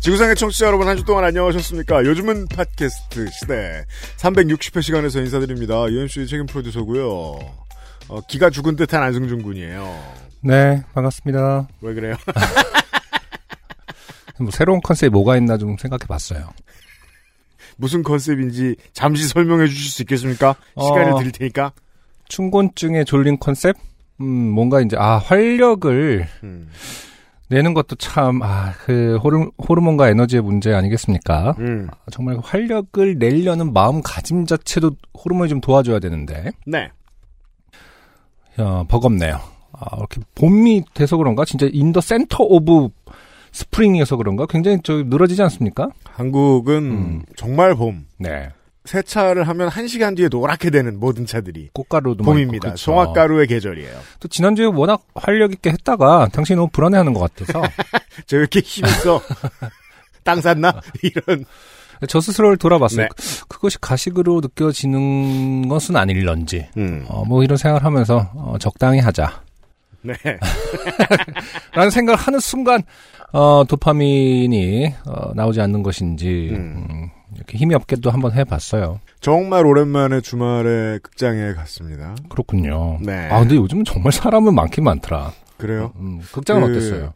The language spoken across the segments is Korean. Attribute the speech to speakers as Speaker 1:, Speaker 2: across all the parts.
Speaker 1: 지구상의 청취자 여러분 한 주 동안 안녕하셨습니까? 요즘은 팟캐스트 시대 360회 시간에서 인사드립니다. UMC 책임 프로듀서고요. 어, 기가 죽은 듯한 안승준 군이에요.
Speaker 2: 네, 반갑습니다.
Speaker 1: 왜 그래요?
Speaker 2: 뭐 새로운 컨셉이 뭐가 있나 좀 생각해 봤어요.
Speaker 1: 무슨 컨셉인지 잠시 설명해 주실 수 있겠습니까?
Speaker 2: 어.
Speaker 1: 시간을 드릴 테니까.
Speaker 2: 충곤증에 졸린 컨셉? 음, 뭔가 이제, 아, 활력을
Speaker 1: 음.
Speaker 2: 내는 것도 참, 아, 그, 호르, 호르몬과 에너지의 문제 아니겠습니까?
Speaker 1: 음.
Speaker 2: 아, 정말 활력을 내려는 마음가짐 자체도 호르몬이 좀 도와줘야 되는데,
Speaker 1: 네.
Speaker 2: 야, 버겁네요. 아, 이렇게 봄이 돼서 그런가? 진짜 인더 센터 오브 스프링이어서 그런가? 굉장히 저 늘어지지 않습니까?
Speaker 1: 한국은
Speaker 2: 음.
Speaker 1: 정말 봄.
Speaker 2: 네.
Speaker 1: 세차를 하면 한시간 뒤에 노랗게 되는 모든 차들이
Speaker 2: 꽃가루도 많고
Speaker 1: 봄입니다.
Speaker 2: 그렇죠.
Speaker 1: 송화가루의 계절이에요.
Speaker 2: 또 지난주에 워낙 활력 있게 했다가 당신이 너무 불안해하는 것 같아서
Speaker 1: 저 왜 이렇게 힘있어? 땅 샀나? 이런.
Speaker 2: 저 스스로를 돌아봤어요.
Speaker 1: 네.
Speaker 2: 그- 그것이 가식으로 느껴지는 것은 아닐런지.
Speaker 1: 음.
Speaker 2: 어, 뭐 이런 생각을 하면서 어, 적당히 하자라는
Speaker 1: 네.
Speaker 2: 아, 생각을 하는 순간 어, 도파민이 어, 나오지 않는 것인지
Speaker 1: 음.
Speaker 2: 음, 이렇게 힘이 없게도 한번 해봤어요.
Speaker 1: 정말 오랜만에 주말에 극장에 갔습니다.
Speaker 2: 그렇군요.
Speaker 1: 네.
Speaker 2: 아 근데 요즘은 정말 사람은 많긴 많더라.
Speaker 1: 그래요?
Speaker 2: 음, 극장은
Speaker 1: 그-
Speaker 2: 어땠어요?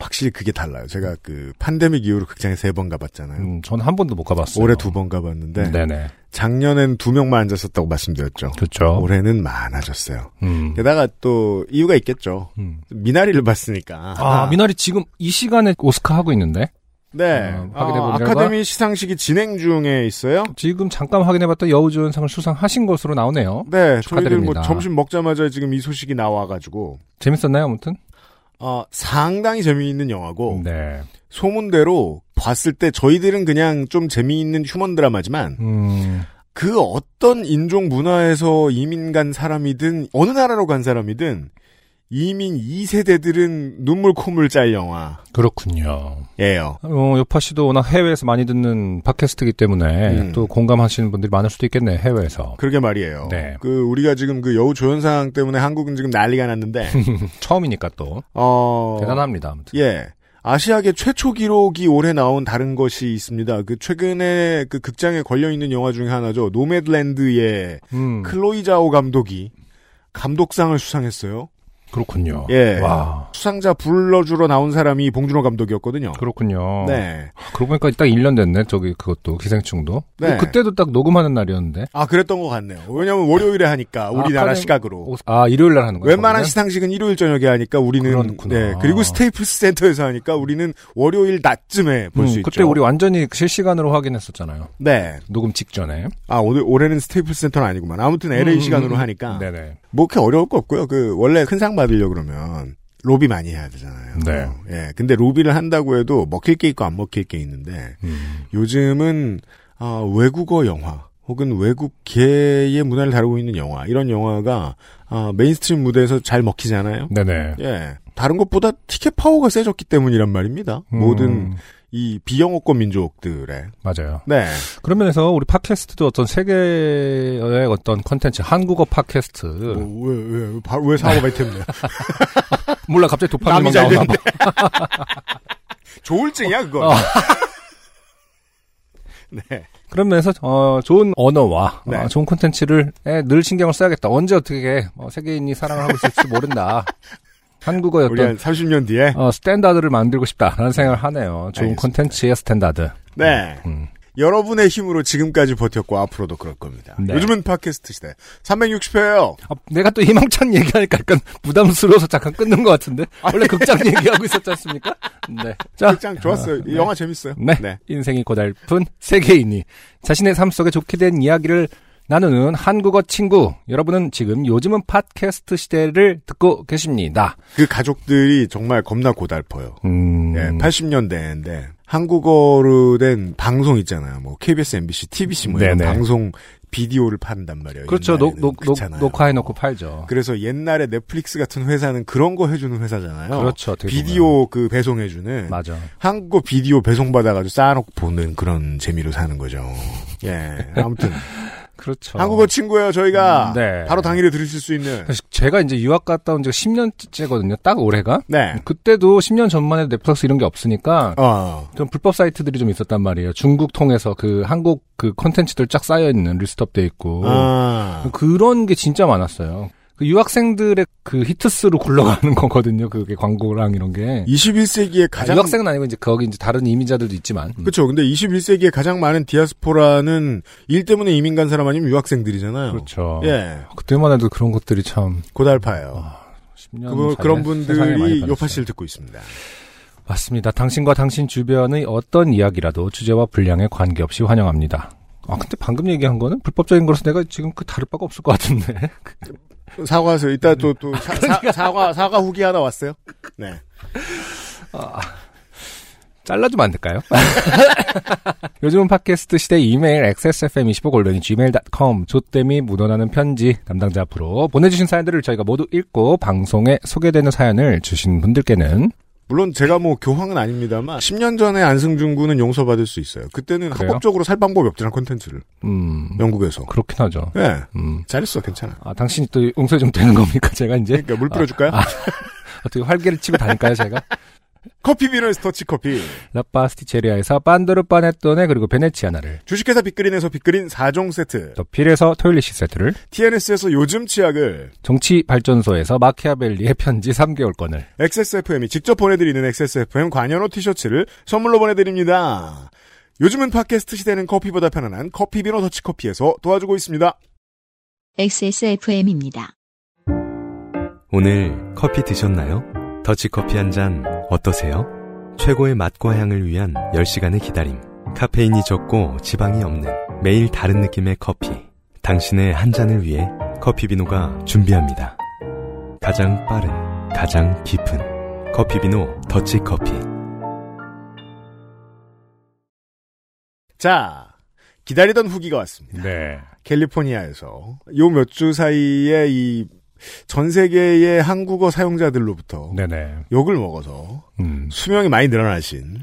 Speaker 1: 확실히 그게 달라요. 제가 그 팬데믹 이후로 극장에 세 번 가봤잖아요.
Speaker 2: 음, 저는 한 번도 못 가봤어요.
Speaker 1: 네. 올해 두 번 가봤는데
Speaker 2: 네네.
Speaker 1: 작년엔 두 명만 앉았었다고 말씀드렸죠.
Speaker 2: 그렇죠.
Speaker 1: 올해는 예. 많아졌어요.
Speaker 2: 음.
Speaker 1: 게다가 또 이유가 있겠죠.
Speaker 2: 음.
Speaker 1: 미나리를 봤으니까.
Speaker 2: 아, 미나리 지금 이 시간에 오스카 하고 있는데
Speaker 1: 네.
Speaker 2: 어,
Speaker 1: 아,
Speaker 2: 확인해 본 결과?
Speaker 1: 아카데미 시상식이 진행 중에 있어요.
Speaker 2: 지금 잠깐 확인해봤더니 여우주연상을 수상하신 것으로 나오네요.
Speaker 1: 네, 저희들
Speaker 2: 축하드립니다.
Speaker 1: 뭐 점심 먹자마자 지금 이 소식이 나와가지고
Speaker 2: 재밌었나요, 아무튼?
Speaker 1: 어, 상당히 재미있는 영화고
Speaker 2: 네.
Speaker 1: 소문대로 봤을 때 저희들은 그냥 좀 재미있는 휴먼 드라마지만
Speaker 2: 음,
Speaker 1: 그 어떤 인종 문화에서 이민 간 사람이든 어느 나라로 간 사람이든 이민 2세대들은 눈물 콧물 짤 영화예요.
Speaker 2: 그렇군요. 어, 요파 씨도 워낙 해외에서 많이 듣는 팟캐스트이기 때문에
Speaker 1: 음.
Speaker 2: 또 공감하시는 분들이 많을 수도 있겠네, 요 해외에서.
Speaker 1: 그러게 말이에요.
Speaker 2: 네.
Speaker 1: 그 우리가 지금 그 여우 조연상 때문에 한국은 지금 난리가 났는데
Speaker 2: 처음이니까 또.
Speaker 1: 어
Speaker 2: 대단합니다, 아무튼.
Speaker 1: 예. 아시아계 최초 기록이 올해 나온 다른 것이 있습니다. 그 최근에 그 극장에 걸려 있는 영화 중에 하나죠. 노매드랜드의
Speaker 2: 음,
Speaker 1: 클로이 자오 감독이 감독상을 수상했어요.
Speaker 2: 그렇군요.
Speaker 1: 예.
Speaker 2: 와.
Speaker 1: 수상자 불러주러 나온 사람이 봉준호 감독이었거든요.
Speaker 2: 그렇군요.
Speaker 1: 네.
Speaker 2: 그러고 보니까 딱 1년 됐네, 저기 그것도, 기생충도.
Speaker 1: 네.
Speaker 2: 그때도 딱 녹음하는 날이었는데.
Speaker 1: 아, 그랬던 것 같네요. 왜냐면 월요일에 하니까 우리나라
Speaker 2: 아카데미-
Speaker 1: 시각으로.
Speaker 2: 오- 아, 일요일 날 하는 거예요.
Speaker 1: 웬만한 시상식은 일요일 저녁에 하니까 우리는
Speaker 2: 그렇구나.
Speaker 1: 네. 그리고 스테이플스 센터에서 하니까 우리는 월요일 낮쯤에 볼 수 있죠.
Speaker 2: 음, 그때 우리 완전히 실시간으로 확인했었잖아요.
Speaker 1: 네.
Speaker 2: 녹음 직전에.
Speaker 1: 아, 오늘 올해는 스테이플스 센터는 아니구만. 아무튼 LA
Speaker 2: 음,
Speaker 1: 시간으로
Speaker 2: 음,
Speaker 1: 하니까
Speaker 2: 네네.
Speaker 1: 뭐 그렇게 어려울 거 없고요. 그 원래 큰 상 받으려 그러면 로비 많이 해야 되잖아요.
Speaker 2: 네.
Speaker 1: 예. 근데 로비를 한다고 해도 먹힐 게 있고 안 먹힐 게 있는데
Speaker 2: 음,
Speaker 1: 요즘은 아, 외국어 영화 혹은 외국계의 문화를 다루고 있는 영화 이런 영화가 아, 메인스트림 무대에서 잘 먹히잖아요.
Speaker 2: 네네.
Speaker 1: 예, 다른 것보다 티켓 파워가 세졌기 때문이란 말입니다.
Speaker 2: 음,
Speaker 1: 모든 이 비영어권 민족들의
Speaker 2: 맞아요.
Speaker 1: 네,
Speaker 2: 그런 면에서 우리 팟캐스트도 어떤 세계의 어떤 컨텐츠, 한국어 팟캐스트.
Speaker 1: 뭐. 왜왜왜 왜 사업 아이템이야?
Speaker 2: 몰라, 갑자기 도파민
Speaker 1: 남이
Speaker 2: 막
Speaker 1: 잘
Speaker 2: 나오나 봐.
Speaker 1: 조울증이야 그거.
Speaker 2: 어.
Speaker 1: 네,
Speaker 2: 그런 면에서 어, 좋은 언어와
Speaker 1: 네.
Speaker 2: 어, 좋은 컨텐츠를 에, 늘 신경을 써야겠다. 언제 어떻게 어, 세계인이 사랑을 하고 있을지 모른다. 한국어의
Speaker 1: 우리 한
Speaker 2: 어떤
Speaker 1: 30년 뒤에
Speaker 2: 어, 스탠다드를 만들고 싶다라는 생각을 하네요. 좋은
Speaker 1: 알겠습니다.
Speaker 2: 컨텐츠의 스탠다드.
Speaker 1: 네.
Speaker 2: 음.
Speaker 1: 여러분의 힘으로 지금까지 버텼고 앞으로도 그럴 겁니다.
Speaker 2: 네.
Speaker 1: 요즘은 팟캐스트 시대 360회예요.
Speaker 2: 아, 내가 또 희망찬 얘기하니까 약간 부담스러워서 잠깐 끊는 것 같은데 원래 극장 얘기하고 있었지 않습니까? 네. 자,
Speaker 1: 극장 좋았어요. 이
Speaker 2: 네.
Speaker 1: 영화 재밌어요.
Speaker 2: 네. 인생이 고달픈 세계인이 자신의 삶 속에 좋게 된 이야기를 나누는 한국어 친구 여러분은 지금 요즘은 팟캐스트 시대를 듣고 계십니다.
Speaker 1: 그 가족들이 정말 겁나 고달퍼요.
Speaker 2: 음,
Speaker 1: 예, 80년대인데 한국어로 된 방송 있잖아요. 뭐 KBS, MBC, TBC 뭐 이런
Speaker 2: 네네.
Speaker 1: 방송 비디오를 판단 말이에요.
Speaker 2: 그렇죠. 녹,
Speaker 1: 옛날에는
Speaker 2: 녹, 녹,
Speaker 1: 그렇잖아요.
Speaker 2: 녹화해놓고 팔죠.
Speaker 1: 그래서 옛날에 넷플릭스 같은 회사는 그런 거 해주는 회사잖아요.
Speaker 2: 그렇죠. 어떻게
Speaker 1: 비디오 그 배송해주는
Speaker 2: 맞아.
Speaker 1: 한국어 비디오 배송받아가지고 쌓아놓고 보는 그런 재미로 사는 거죠. 예. 아무튼
Speaker 2: 그렇죠.
Speaker 1: 한국어 친구예요. 저희가
Speaker 2: 음, 네.
Speaker 1: 바로 당일에 들으실 수 있는.
Speaker 2: 사실 제가 이제 유학 갔다 온 지가 10년째거든요. 딱 올해가.
Speaker 1: 네.
Speaker 2: 그때도 10년 전만 해도 넷플릭스 이런 게 없으니까
Speaker 1: 어.
Speaker 2: 좀 불법 사이트들이 좀 있었단 말이에요. 중국 통해서 그 한국 그 컨텐츠들 쫙 쌓여 있는 리스트업돼 있고
Speaker 1: 아.
Speaker 2: 그런 게 진짜 많았어요. 그 유학생들의 그 히트스로 굴러가는 거거든요. 그게 광고랑 이런 게.
Speaker 1: 21세기에 가장
Speaker 2: 유학생은 아니고 이제 거기 이제 다른 이민자들도 있지만. 음.
Speaker 1: 그렇죠. 근데 21세기에 가장 많은 디아스포라는 일 때문에 이민 간 사람 아니면 유학생들이잖아요.
Speaker 2: 그렇죠.
Speaker 1: 예,
Speaker 2: 그때만 해도 그런 것들이 참
Speaker 1: 고달파요.
Speaker 2: 10년
Speaker 1: 그,
Speaker 2: 전에
Speaker 1: 그런
Speaker 2: 아, 음, 세상에 많이
Speaker 1: 분들이
Speaker 2: 변했어요.
Speaker 1: 요파씨를 듣고 있습니다.
Speaker 2: 맞습니다. 당신과 당신 주변의 어떤 이야기라도 주제와 분량에 관계없이 환영합니다. 아 근데 방금 얘기한 거는 불법적인 거라서 내가 지금 그 다를 바가 없을 것 같은데.
Speaker 1: 사과하세요. 이따 또, 또, 사,
Speaker 2: 그러니까.
Speaker 1: 과 사과 후기 하나 왔어요. 네.
Speaker 2: 잘라주면 안 될까요? 요즘은 팟캐스트 시대 이메일 xsfm25골뱅이 gmail.com 조땜이 묻어나는 편지 담당자 앞으로 보내주신 사연들을 저희가 모두 읽고 방송에 소개되는 사연을 주신 분들께는
Speaker 1: 물론 제가 뭐 교황은 아닙니다만, 10년 전에 안승준 군은 용서받을 수 있어요. 그때는
Speaker 2: 그래요?
Speaker 1: 합법적으로 살 방법이 없잖아, 콘텐츠를.
Speaker 2: 음
Speaker 1: 영국에서.
Speaker 2: 그렇긴 하죠.
Speaker 1: 예.
Speaker 2: 음.
Speaker 1: 잘했어, 괜찮아.
Speaker 2: 아 당신이 또 용서 좀 되는 겁니까 제가 이제
Speaker 1: 그러니까 물 뿌려줄까요?
Speaker 2: 아, 어떻게 활개를 치고 다닐까요 제가?
Speaker 1: 커피 비너스 터치커피.
Speaker 2: 라파스티체리아에서 빤도르 빠네또네 그리고 베네치아나를
Speaker 1: 주식회사 빅그린에서 빅그린 4종 세트.
Speaker 2: 더 필에서 토일리시 세트를
Speaker 1: TNS에서 요즘 치약을.
Speaker 2: 정치 발전소에서 마키아벨리의 편지 3개월권을
Speaker 1: XSFM이 직접 보내드리는 XSFM 관여로 티셔츠를 선물로 보내드립니다. 요즘은 팟캐스트 시대는 커피보다 편안한 커피비노 더치커피에서 도와주고 있습니다.
Speaker 3: XSFM입니다.
Speaker 4: 오늘 커피 드셨나요? 더치커피 한 잔 어떠세요? 최고의 맛과 향을 위한 10시간의 기다림. 카페인이 적고 지방이 없는 매일 다른 느낌의 커피. 당신의 한 잔을 위해 커피비노가 준비합니다. 가장 빠른, 가장 깊은 커피비노 더치커피.
Speaker 1: 자, 기다리던 후기가 왔습니다.
Speaker 2: 네
Speaker 1: 캘리포니아에서 요 몇 주 사이에 이 전 세계의 한국어 사용자들로부터
Speaker 2: 네네
Speaker 1: 욕을 먹어서
Speaker 2: 음.
Speaker 1: 수명이 많이 늘어나신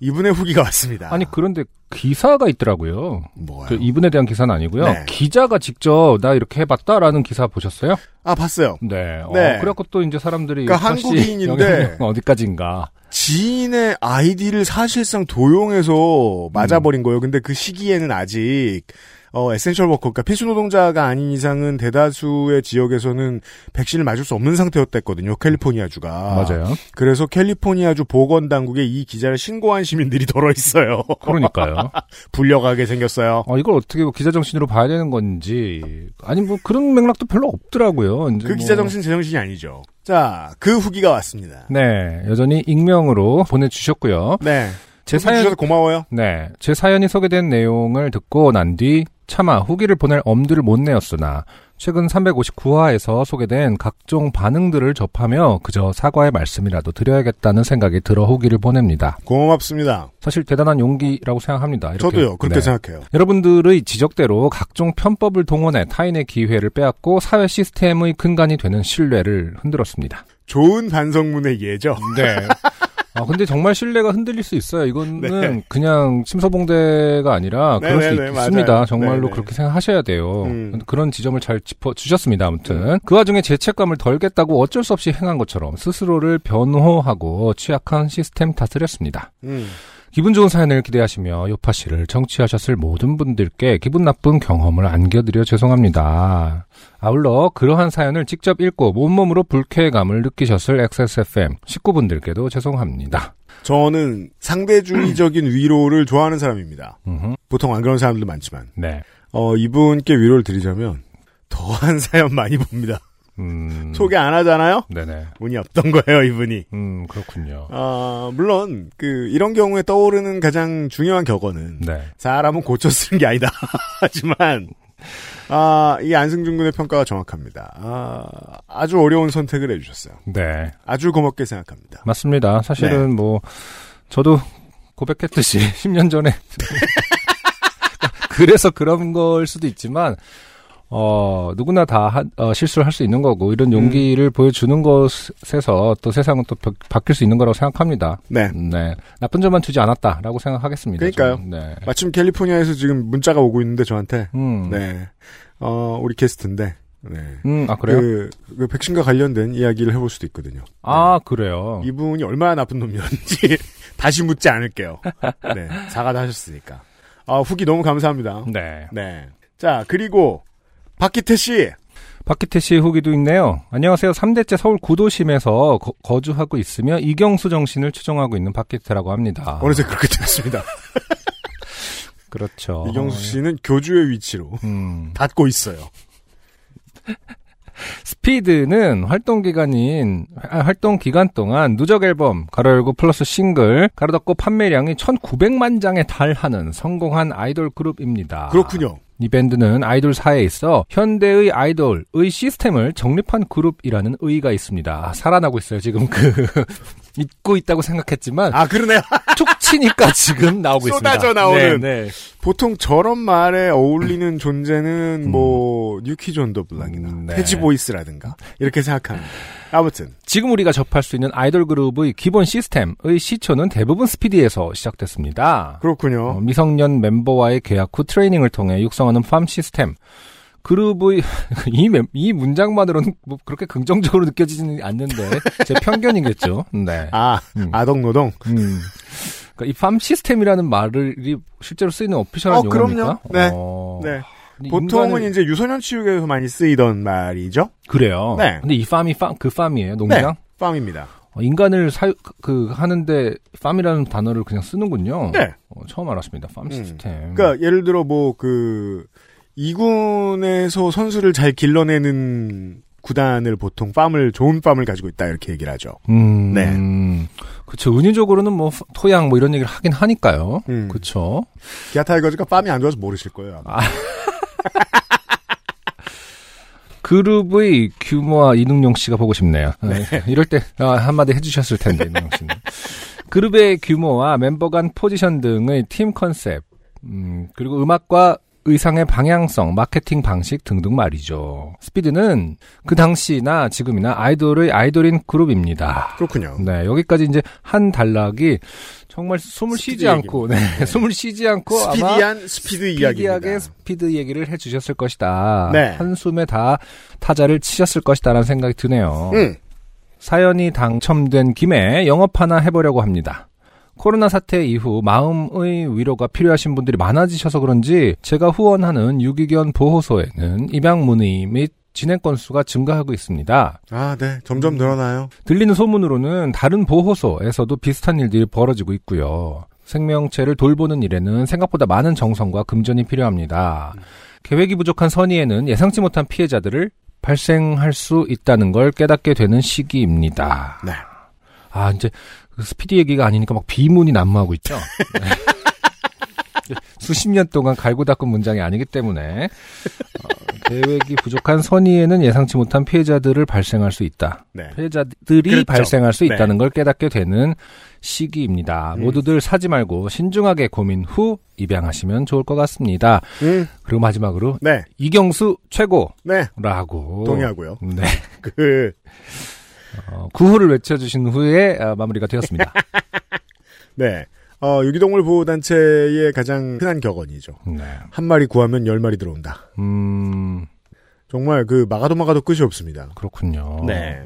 Speaker 1: 이분의 후기가 왔습니다.
Speaker 2: 아니 그런데 기사가 있더라고요
Speaker 1: 뭐요?
Speaker 2: 그 이분에 대한 기사는 아니고요
Speaker 1: 네.
Speaker 2: 기자가 직접 나 이렇게 해봤다라는 기사 보셨어요?
Speaker 1: 아 봤어요.
Speaker 2: 네, 어,
Speaker 1: 네.
Speaker 2: 그래갖고 또 이제 사람들이
Speaker 1: 그러니까
Speaker 2: 역시
Speaker 1: 한국인인데
Speaker 2: 영향력은 어디까지인가
Speaker 1: 지인의 아이디를 사실상 도용해서
Speaker 2: 음.
Speaker 1: 맞아버린 거예요. 근데 그 시기에는 아직 어, 에센셜 워커, 그러니까 필수 노동자가 아닌 이상은 대다수의 지역에서는 백신을 맞을 수 없는 상태였댔거든요. 캘리포니아주가.
Speaker 2: 맞아요
Speaker 1: 그래서 캘리포니아주 보건당국에 이 기자를 신고한 시민들이 덜어 있어요.
Speaker 2: 그러니까요
Speaker 1: 불려가게 생겼어요.
Speaker 2: 어, 이걸 어떻게 뭐 기자 정신으로 봐야 되는 건지 아니 뭐 그런 맥락도 별로 없더라고요. 이제
Speaker 1: 그
Speaker 2: 뭐-
Speaker 1: 기자 정신 제 정신이 아니죠. 자, 그 후기가 왔습니다.
Speaker 2: 네, 여전히 익명으로 보내주셨고요.
Speaker 1: 네.
Speaker 2: 제
Speaker 1: 후기
Speaker 2: 사연
Speaker 1: 주셔서 고마워요.
Speaker 2: 네, 제 사연이 소개된 내용을 듣고 난 뒤 차마 후기를 보낼 엄두를 못 내었으나 최근 359화에서 소개된 각종 반응들을 접하며 그저 사과의 말씀이라도 드려야겠다는 생각이 들어 후기를 보냅니다.
Speaker 1: 고맙습니다.
Speaker 2: 사실 대단한 용기라고 생각합니다. 이렇게.
Speaker 1: 저도요. 그렇게
Speaker 2: 네.
Speaker 1: 생각해요.
Speaker 2: 여러분들의 지적대로 각종 편법을 동원해 타인의 기회를 빼앗고 사회 시스템의 근간이 되는 신뢰를 흔들었습니다.
Speaker 1: 좋은 반성문의 예죠.
Speaker 2: 네. 아 근데 정말 신뢰가 흔들릴 수 있어요. 이거는
Speaker 1: 네.
Speaker 2: 그냥 심서봉대가 아니라 그럴 수
Speaker 1: 네네네,
Speaker 2: 있습니다.
Speaker 1: 맞아요.
Speaker 2: 정말로
Speaker 1: 네네.
Speaker 2: 그렇게 생각하셔야 돼요.
Speaker 1: 음.
Speaker 2: 그런 지점을 잘 짚어 주셨습니다. 아무튼 그 와중에 죄책감을 덜겠다고 어쩔 수 없이 행한 것처럼 스스로를 변호하고 취약한 시스템 탓을 했습니다.
Speaker 1: 음.
Speaker 2: 기분 좋은 사연을 기대하시며 요파 씨를 청취하셨을 모든 분들께 기분 나쁜 경험을 안겨드려 죄송합니다. 아울러 그러한 사연을 직접 읽고 몸몸으로 불쾌감을 느끼셨을 XSFM 식구분들께도 죄송합니다.
Speaker 1: 저는 상대주의적인 위로를 좋아하는 사람입니다.
Speaker 2: 음흠.
Speaker 1: 보통 안 그런 사람들 많지만
Speaker 2: 네.
Speaker 1: 어, 이분께 위로를 드리자면 더한 사연 많이 봅니다.
Speaker 2: 음.
Speaker 1: 소개 안 하잖아요.
Speaker 2: 네네.
Speaker 1: 운이 없던 거예요, 이분이.
Speaker 2: 음 그렇군요.
Speaker 1: 아, 물론 그 이런 경우에 떠오르는 가장 중요한 격언은
Speaker 2: 네.
Speaker 1: 사람은 고쳐 쓰는 게 아니다. 하지만 아, 이 안승준 군의 평가가 정확합니다. 아, 아주 어려운 선택을 해주셨어요.
Speaker 2: 네.
Speaker 1: 아주 고맙게 생각합니다.
Speaker 2: 맞습니다. 사실은 뭐 저도 고백했듯이 10년 전에 그래서 그런 걸 수도 있지만 어 누구나 다 하- 어, 실수를 할 수 있는 거고 이런
Speaker 1: 음.
Speaker 2: 용기를 보여주는 것에서 또 세상은 또 바, 바뀔 수 있는 거라고 생각합니다.
Speaker 1: 네.
Speaker 2: 네 나쁜 점만 주지 않았다라고 생각하겠습니다.
Speaker 1: 그러니까요.
Speaker 2: 저는. 네.
Speaker 1: 마침 캘리포니아에서 지금 문자가 오고 있는데 저한테
Speaker 2: 음.
Speaker 1: 네. 어, 우리 게스트인데. 네.
Speaker 2: 음, 아 그래요?
Speaker 1: 그, 그 백신과 관련된 이야기를 해볼 수도 있거든요.
Speaker 2: 아 그래요.
Speaker 1: 이분이 얼마나 나쁜 놈이었는지 다시 묻지 않을게요. 네, 사과도 하셨으니까. 아, 후기 너무 감사합니다.
Speaker 2: 네.
Speaker 1: 네. 자, 그리고 박기태 씨.
Speaker 2: 아. 박기태 씨의 후기도 있네요. 안녕하세요. 3대째 서울 구도심에서 거, 주하고 있으며 이경수 정신을 추종하고 있는 박기태라고 합니다.
Speaker 1: 어느새 그렇게 되었습니다.
Speaker 2: 그렇죠.
Speaker 1: 이경수 씨는 교주의 위치로
Speaker 2: 음.
Speaker 1: 닫고 있어요.
Speaker 2: 스피드는 활동 기간인 아, 활동 기간 동안 누적 앨범 가로 열고 플러스 싱글 가로 닫고 판매량이 1,900만 장에 달하는 성공한 아이돌 그룹입니다.
Speaker 1: 그렇군요.
Speaker 2: 이 밴드는 아이돌 사에 있어 현대의 아이돌의 시스템을 정립한 그룹이라는 의의가 있습니다. 아, 살아나고 있어요. 지금 그 잊고 있다고 생각했지만
Speaker 1: 아, 그러네요.
Speaker 2: 촉치니까 지금 나오고 있습니다.
Speaker 1: 쏟아져 나오는.
Speaker 2: 네, 네.
Speaker 1: 보통 저런 말에 어울리는 존재는
Speaker 2: 음.
Speaker 1: 뭐 뉴키즈 온더 블락이나
Speaker 2: 음, 네.
Speaker 1: 패지보이스라든가 이렇게 생각합니다. 아무튼
Speaker 2: 지금 우리가 접할 수 있는 아이돌 그룹의 기본 시스템의 시초는 대부분 스피디에서 시작됐습니다. 어,
Speaker 1: 그렇군요.
Speaker 2: 미성년 멤버와의 계약 후 트레이닝을 통해 육성하는 팜 시스템. 그룹의 이, 멤- 이 문장만으로는 뭐 그렇게 긍정적으로 느껴지지는 않는데 제 편견이겠죠. 네.
Speaker 1: 아,
Speaker 2: 음.
Speaker 1: 아동 노동.
Speaker 2: 음. 그러니까 이 팜 시스템이라는 말을 이 실제로 쓰이는 오피셜한
Speaker 1: 어, 그럼요.
Speaker 2: 용어입니까?
Speaker 1: 네.
Speaker 2: 어,
Speaker 1: 네.
Speaker 2: 근데
Speaker 1: 보통은
Speaker 2: 인간은-
Speaker 1: 이제 유소년 치육에서 많이 쓰이던 말이죠.
Speaker 2: 그래요.
Speaker 1: 네.
Speaker 2: 근데 이 팜이 팜, 그 팜이에요.
Speaker 1: 네.
Speaker 2: 농장.
Speaker 1: 팜입니다.
Speaker 2: 어, 인간을 사, 그- 그, 하는데, 팜이라는 단어를 그냥 쓰는군요.
Speaker 1: 네.
Speaker 2: 어, 처음 알았습니다. 팜
Speaker 1: 음.
Speaker 2: 시스템.
Speaker 1: 그러니까 예를 들어 뭐 그 이군에서 선수를 잘 길러내는 구단을 보통 팜을 좋은 팜을 가지고 있다 이렇게 얘기를 하죠.
Speaker 2: 음.
Speaker 1: 네.
Speaker 2: 그쵸. 은유적으로는 뭐, 토양 뭐 이런 얘기를 하긴 하니까요.
Speaker 1: 음.
Speaker 2: 그쵸.
Speaker 1: 기아 타이거즈가 팜이 안 좋아서 모르실 거예요. 아마.
Speaker 2: 그룹의 규모와 이능용 씨가 보고 싶네요. 아, 이럴 때 아, 한마디 해주셨을 텐데 이능용 씨는 그룹의 규모와 멤버 간 포지션 등의 팀 컨셉, 음, 그리고 음악과 의상의 방향성, 마케팅 방식 등등 말이죠. 스피드는 그 당시나 지금이나 아이돌의 아이돌인 그룹입니다.
Speaker 1: 그렇군요.
Speaker 2: 네, 여기까지 이제 한 단락이 정말 숨을 쉬지
Speaker 1: 스피드
Speaker 2: 않고, 네, 숨을 쉬지 않고 그 아마
Speaker 1: 스피디한 스피드 이야기입니다.
Speaker 2: 스피디하게 스피드 얘기를 해주셨을 것이다.
Speaker 1: 네.
Speaker 2: 한숨에 다 타자를 치셨을 것이다라는 생각이 드네요.
Speaker 1: 음.
Speaker 2: 사연이 당첨된 김에 영업 하나 해보려고 합니다. 코로나 사태 이후 마음의 위로가 필요하신 분들이 많아지셔서 그런지 제가 후원하는 유기견 보호소에는 입양 문의 및 진행 건수가 증가하고 있습니다.
Speaker 1: 아, 네. 점점 늘어나요.
Speaker 2: 들리는 소문으로는 다른 보호소에서도 비슷한 일들이 벌어지고 있고요. 생명체를 돌보는 일에는 생각보다 많은 정성과 금전이 필요합니다. 계획이 부족한 선의에는 예상치 못한 피해자들을 발생할 수 있다는 걸 깨닫게 되는 시기입니다.
Speaker 1: 네.
Speaker 2: 아, 이제 그 스피디 얘기가 아니니까 막 비문이 난무하고 있죠. 네. 수십 년 동안 갈고 닦은 문장이 아니기 때문에 어, 계획이 부족한 선의에는 예상치 못한 피해자들을 발생할 수 있다.
Speaker 1: 네.
Speaker 2: 피해자들이
Speaker 1: 그렇죠.
Speaker 2: 발생할 수
Speaker 1: 네.
Speaker 2: 있다는 걸 깨닫게 되는 시기입니다.
Speaker 1: 음.
Speaker 2: 모두들 사지 말고 신중하게 고민 후 입양하시면 좋을 것 같습니다.
Speaker 1: 음.
Speaker 2: 그리고 마지막으로
Speaker 1: 네.
Speaker 2: 이경수 최고라고
Speaker 1: 네. 동의하고요.
Speaker 2: 네.
Speaker 1: 그
Speaker 2: 어, 구호를 외쳐주신 후에 어, 마무리가 되었습니다.
Speaker 1: 네. 어, 유기동물 보호 단체의 가장 흔한 격언이죠.
Speaker 2: 네.
Speaker 1: 한 마리 구하면 열 마리 들어온다.
Speaker 2: 음
Speaker 1: 정말 그 막아도 막아도 끝이 없습니다.
Speaker 2: 그렇군요.
Speaker 1: 네.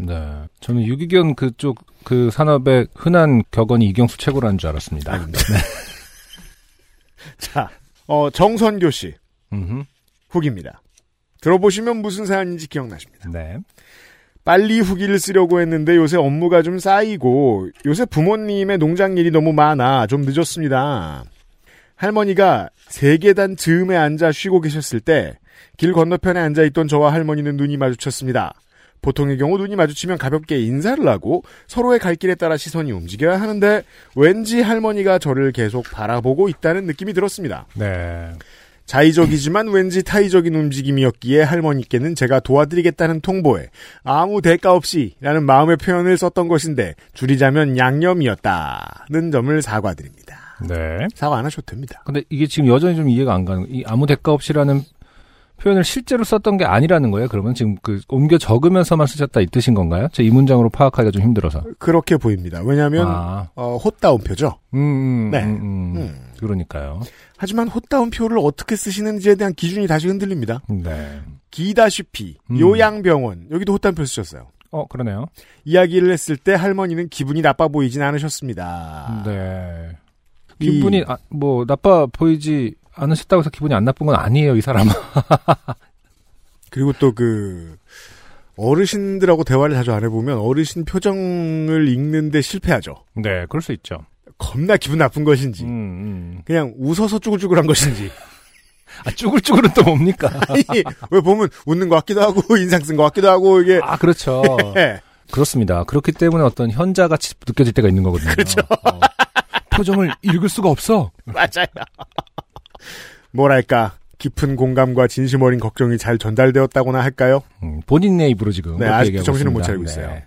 Speaker 2: 저는 유기견 그쪽 그 산업의 흔한 격언이 이경수 최고라는 줄 알았습니다.
Speaker 1: 아닙니다. 자, 어, 정선교 씨
Speaker 2: 음흠.
Speaker 1: 후기입니다. 들어보시면 무슨 사연인지 기억나십니다.
Speaker 2: 네.
Speaker 1: 빨리 후기를 쓰려고 했는데 요새 업무가 좀 쌓이고 요새 부모님의 농장 일이 너무 많아 좀 늦었습니다. 할머니가 세 계단 즈음에 앉아 쉬고 계셨을 때 길 건너편에 앉아 있던 저와 할머니는 눈이 마주쳤습니다. 보통의 경우 눈이 마주치면 가볍게 인사를 하고 서로의 갈 길에 따라 시선이 움직여야 하는데 왠지 할머니가 저를 계속 바라보고 있다는 느낌이 들었습니다.
Speaker 2: 네.
Speaker 1: 자의적이지만 왠지 타의적인 움직임이었기에 할머니께는 제가 도와드리겠다는 통보에 아무 대가 없이라는 마음의 표현을 썼던 것인데 줄이자면 양념이었다는 점을 사과드립니다.
Speaker 2: 네.
Speaker 1: 사과 안 하셔도 됩니다.
Speaker 2: 근데 이게 지금 여전히 좀 이해가 안 가는 이 아무 대가 없이라는 표현을 실제로 썼던 게 아니라는 거예요. 그러면 지금 그 옮겨 적으면서만 쓰셨다 이 뜻인 건가요? 제 이 문장으로 파악하기가 좀 힘들어서.
Speaker 1: 그렇게 보입니다. 왜냐하면
Speaker 2: 아,
Speaker 1: 어, 헛다운표죠.
Speaker 2: 음, 음,
Speaker 1: 네.
Speaker 2: 음, 음.
Speaker 1: 음.
Speaker 2: 그러니까요.
Speaker 1: 하지만 헛다운표를 어떻게 쓰시는지에 대한 기준이 다시 흔들립니다.
Speaker 2: 네.
Speaker 1: 기다시피
Speaker 2: 음.
Speaker 1: 요양병원 여기도 헛다운표 쓰셨어요.
Speaker 2: 어, 그러네요.
Speaker 1: 이야기를 했을 때 할머니는 기분이 나빠 보이진 않으셨습니다.
Speaker 2: 네.
Speaker 1: 이-
Speaker 2: 기분이 아, 뭐 나빠 보이지 않으셨다고 해서 기분이 안 나쁜 건 아니에요, 이 사람은.
Speaker 1: 그리고 또 그 어르신들하고 대화를 자주 안 해보면 어르신 표정을 읽는데 실패하죠.
Speaker 2: 네, 그럴 수 있죠.
Speaker 1: 겁나 기분 나쁜 것인지
Speaker 2: 음, 음.
Speaker 1: 그냥 웃어서 쭈글쭈글한 것인지
Speaker 2: 아, 쭈글쭈글은 또 뭡니까?
Speaker 1: 아니, 왜 보면 웃는 것 같기도 하고 인상 쓴 것 같기도 하고 이게
Speaker 2: 아, 그렇죠.
Speaker 1: 예.
Speaker 2: 그렇습니다. 그렇기 때문에 어떤 현자같이 느껴질 때가 있는 거거든요. 그렇죠. 표정을 읽을 수가 없어.
Speaker 1: 맞아요. 뭐랄까 깊은 공감과 진심 어린 걱정이 잘 전달되었다고나 할까요?
Speaker 2: 음, 본인의 입으로 지금.
Speaker 1: 네,
Speaker 2: 그렇게
Speaker 1: 아직도
Speaker 2: 얘기하고
Speaker 1: 정신을 못 차리고
Speaker 2: 있습니다.
Speaker 1: 있어요.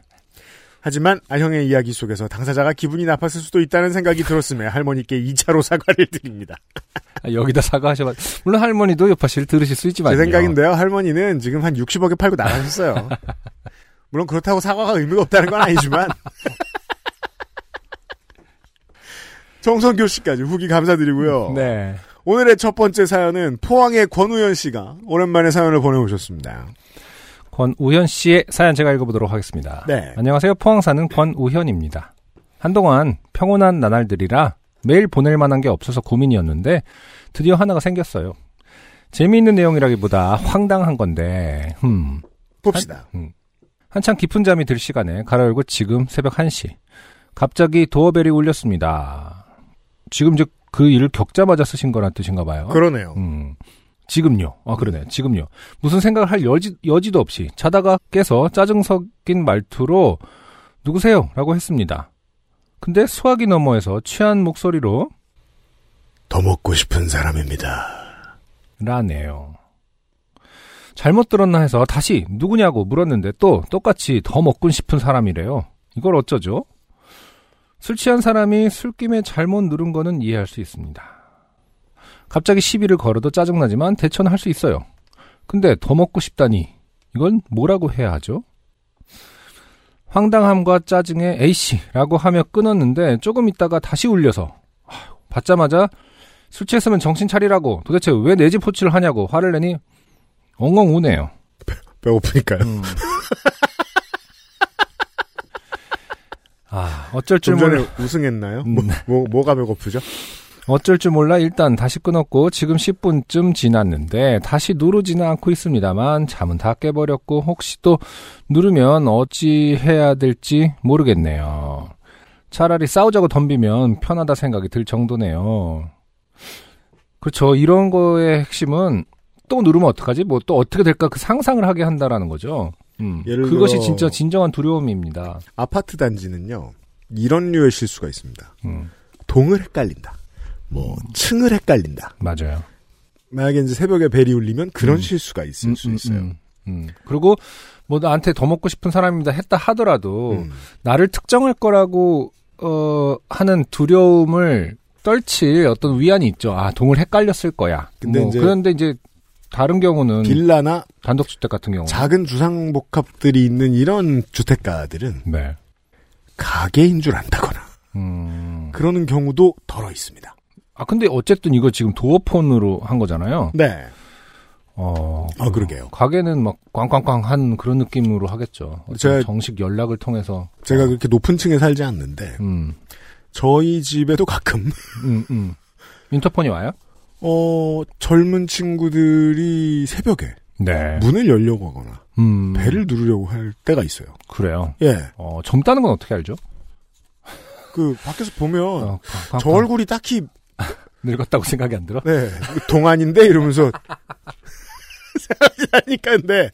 Speaker 1: 하지만 아형의 이야기 속에서 당사자가 기분이 나빴을 수도 있다는 생각이 들었음에 할머니께 2차로 사과를 드립니다.
Speaker 2: 아, 여기다 사과하셔봐. 물론 할머니도 요파씨를 들으실 수 있지만.
Speaker 1: 제 생각인데요. 할머니는 지금 한 60억에 팔고 나가셨어요. 물론 그렇다고 사과가 의미가 없다는 건 아니지만. 정선교 씨까지 후기 감사드리고요.
Speaker 2: 네.
Speaker 1: 오늘의 첫 번째 사연은 포항의 권우현 씨가 오랜만에 사연을 보내오셨습니다.
Speaker 2: 권우현 씨의 사연 제가 읽어보도록 하겠습니다.
Speaker 1: 네.
Speaker 2: 안녕하세요. 포항사는 권우현입니다. 한동안 평온한 나날들이라 매일 보낼 만한 게 없어서 고민이었는데 드디어 하나가 생겼어요. 재미있는 내용이라기보다 황당한 건데, 음.
Speaker 1: 봅시다.
Speaker 2: 한창 깊은 잠이 들 시간에 가려울고 지금 새벽 1시. 갑자기 도어벨이 울렸습니다. 지금 이제 그 일을 겪자마자 쓰신 거란 뜻인가 봐요.
Speaker 1: 그러네요.
Speaker 2: 음. 지금요. 아, 그러네. 지금요. 무슨 생각을 할 여지, 여지도 없이 자다가 깨서 짜증 섞인 말투로 누구세요? 라고 했습니다. 근데 수화기 너머에서 취한 목소리로
Speaker 1: 더 먹고 싶은 사람입니다.
Speaker 2: 라네요. 잘못 들었나 해서 다시 누구냐고 물었는데 또 똑같이 더 먹고 싶은 사람이래요. 이걸 어쩌죠? 술 취한 사람이 술김에 잘못 누른 거는 이해할 수 있습니다. 갑자기 시비를 걸어도 짜증나지만 대처는 할 수 있어요. 근데 더 먹고 싶다니 이건 뭐라고 해야 하죠? 황당함과 짜증에 A씨라고 하며 끊었는데 조금 있다가 다시 울려서 아휴, 받자마자 술 취했으면 정신 차리라고 도대체 왜 내 집 호치를 하냐고 화를 내니 엉엉 우네요.
Speaker 1: 배고프니까요.
Speaker 2: 아 어쩔 줄
Speaker 1: 좀 전에
Speaker 2: 몰라
Speaker 1: 우승했나요?
Speaker 2: 음.
Speaker 1: 뭐, 뭐, 뭐가 배고프죠?
Speaker 2: 어쩔 줄 몰라 일단 다시 끊었고 지금 10분쯤 지났는데 다시 누르지는 않고 있습니다만 잠은 다 깨버렸고 혹시 또 누르면 어찌 해야 될지 모르겠네요. 차라리 싸우자고 덤비면 편하다 생각이 들 정도네요. 그렇죠. 이런 거의 핵심은 또 누르면 어떡하지? 뭐 또 어떻게 될까 그 상상을 하게 한다라는 거죠. 음.
Speaker 1: 예를
Speaker 2: 그것이
Speaker 1: 들어-
Speaker 2: 진짜 진정한 두려움입니다.
Speaker 1: 아파트 단지는요, 이런 류의 실수가 있습니다.
Speaker 2: 음,
Speaker 1: 동을 헷갈린다. 뭐, 층을 헷갈린다.
Speaker 2: 맞아요.
Speaker 1: 만약에 이제 새벽에 벨이 울리면 그런 실수가 있을
Speaker 2: 음,
Speaker 1: 수
Speaker 2: 음,
Speaker 1: 있어요.
Speaker 2: 음, 음. 그리고 뭐 나한테 더 먹고 싶은 사람입니다 했다 하더라도
Speaker 1: 음.
Speaker 2: 나를 특정할 거라고 어 하는 두려움을 떨칠 어떤 위안이 있죠. 아 동을 헷갈렸을 거야.
Speaker 1: 근데
Speaker 2: 뭐,
Speaker 1: 이제
Speaker 2: 그런데 이제 다른 경우는
Speaker 1: 빌라나
Speaker 2: 단독주택 같은 경우.
Speaker 1: 작은 주상복합들이 있는 이런 주택가들은
Speaker 2: 네.
Speaker 1: 가게인 줄 안다거나
Speaker 2: 음.
Speaker 1: 그러는 경우도 덜어 있습니다.
Speaker 2: 아 근데 어쨌든 이거 지금 도어폰으로 한 거잖아요.
Speaker 1: 네.
Speaker 2: 어.
Speaker 1: 아, 그러게요.
Speaker 2: 가게는 막 꽝꽝꽝 한 그런 느낌으로 하겠죠. 어떤
Speaker 1: 제가-
Speaker 2: 정식 연락을 통해서.
Speaker 1: 제가 그렇게 높은 층에 살지 않는데
Speaker 2: 음.
Speaker 1: 저희 집에도 가끔
Speaker 2: 음, 음. 인터폰이 와요?
Speaker 1: 어 젊은 친구들이 새벽에
Speaker 2: 네.
Speaker 1: 문을 열려고 하거나
Speaker 2: 음.
Speaker 1: 배를 누르려고 할 때가 있어요.
Speaker 2: 그래요.
Speaker 1: 예.
Speaker 2: 어, 젊다는 건 어떻게 알죠?
Speaker 1: 그 밖에서 보면
Speaker 2: 어, 광-
Speaker 1: 저
Speaker 2: 광-
Speaker 1: 얼굴이 딱히
Speaker 2: 늙었다고 생각이 안 들어?
Speaker 1: 네, 동안인데 이러면서 생각하니까 근데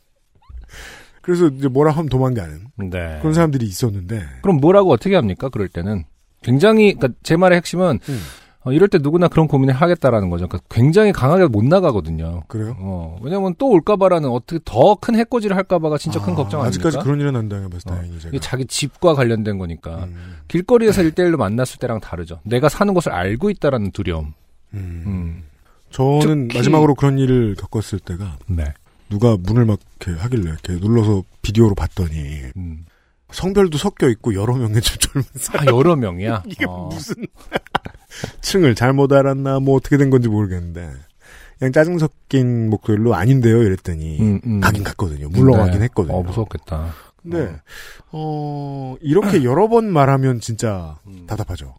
Speaker 1: 그래서 이제 뭐라 하면 도망가는
Speaker 2: 네.
Speaker 1: 그런 사람들이 있었는데
Speaker 2: 그럼 뭐라고 어떻게 합니까? 그럴 때는 굉장히 그러니까 제 말의 핵심은
Speaker 1: 음.
Speaker 2: 어, 이럴 때 누구나 그런 고민을 하겠다라는 거죠. 그러니까 굉장히 강하게 못 나가거든요.
Speaker 1: 그래요?
Speaker 2: 어, 왜냐면 또 올까봐라는 어떻게 더 큰 해코지를 할까봐가 진짜 큰
Speaker 1: 아,
Speaker 2: 걱정 아닙니까?
Speaker 1: 아직까지 그런 일은 안 당해봐서
Speaker 2: 어.
Speaker 1: 다행히 제가.
Speaker 2: 이게 아. 자기 집과 관련된 거니까.
Speaker 1: 음,
Speaker 2: 길거리에서 일대일로 만났을 때랑 다르죠. 내가 사는 곳을 알고 있다라는 두려움.
Speaker 1: 음.
Speaker 2: 음.
Speaker 1: 저는
Speaker 2: 특히-
Speaker 1: 마지막으로 그런 일을 겪었을 때가
Speaker 2: 네.
Speaker 1: 누가 문을 막 이렇게 하길래 이렇게 눌러서 비디오로 봤더니
Speaker 2: 음.
Speaker 1: 성별도 섞여 있고 여러 명의 좀 젊은
Speaker 2: 아, 여러 명이야?
Speaker 1: 이게
Speaker 2: 어.
Speaker 1: 무슨 층을 잘못 알았나 뭐 어떻게 된 건지 모르겠는데 그냥 짜증 섞인 목소리로 아닌데요 이랬더니
Speaker 2: 음, 음.
Speaker 1: 가긴 갔거든요 물러가긴
Speaker 2: 네.
Speaker 1: 했거든요
Speaker 2: 어, 무섭겠다.
Speaker 1: 근데 어 이렇게 여러 번 말하면 진짜 답답하죠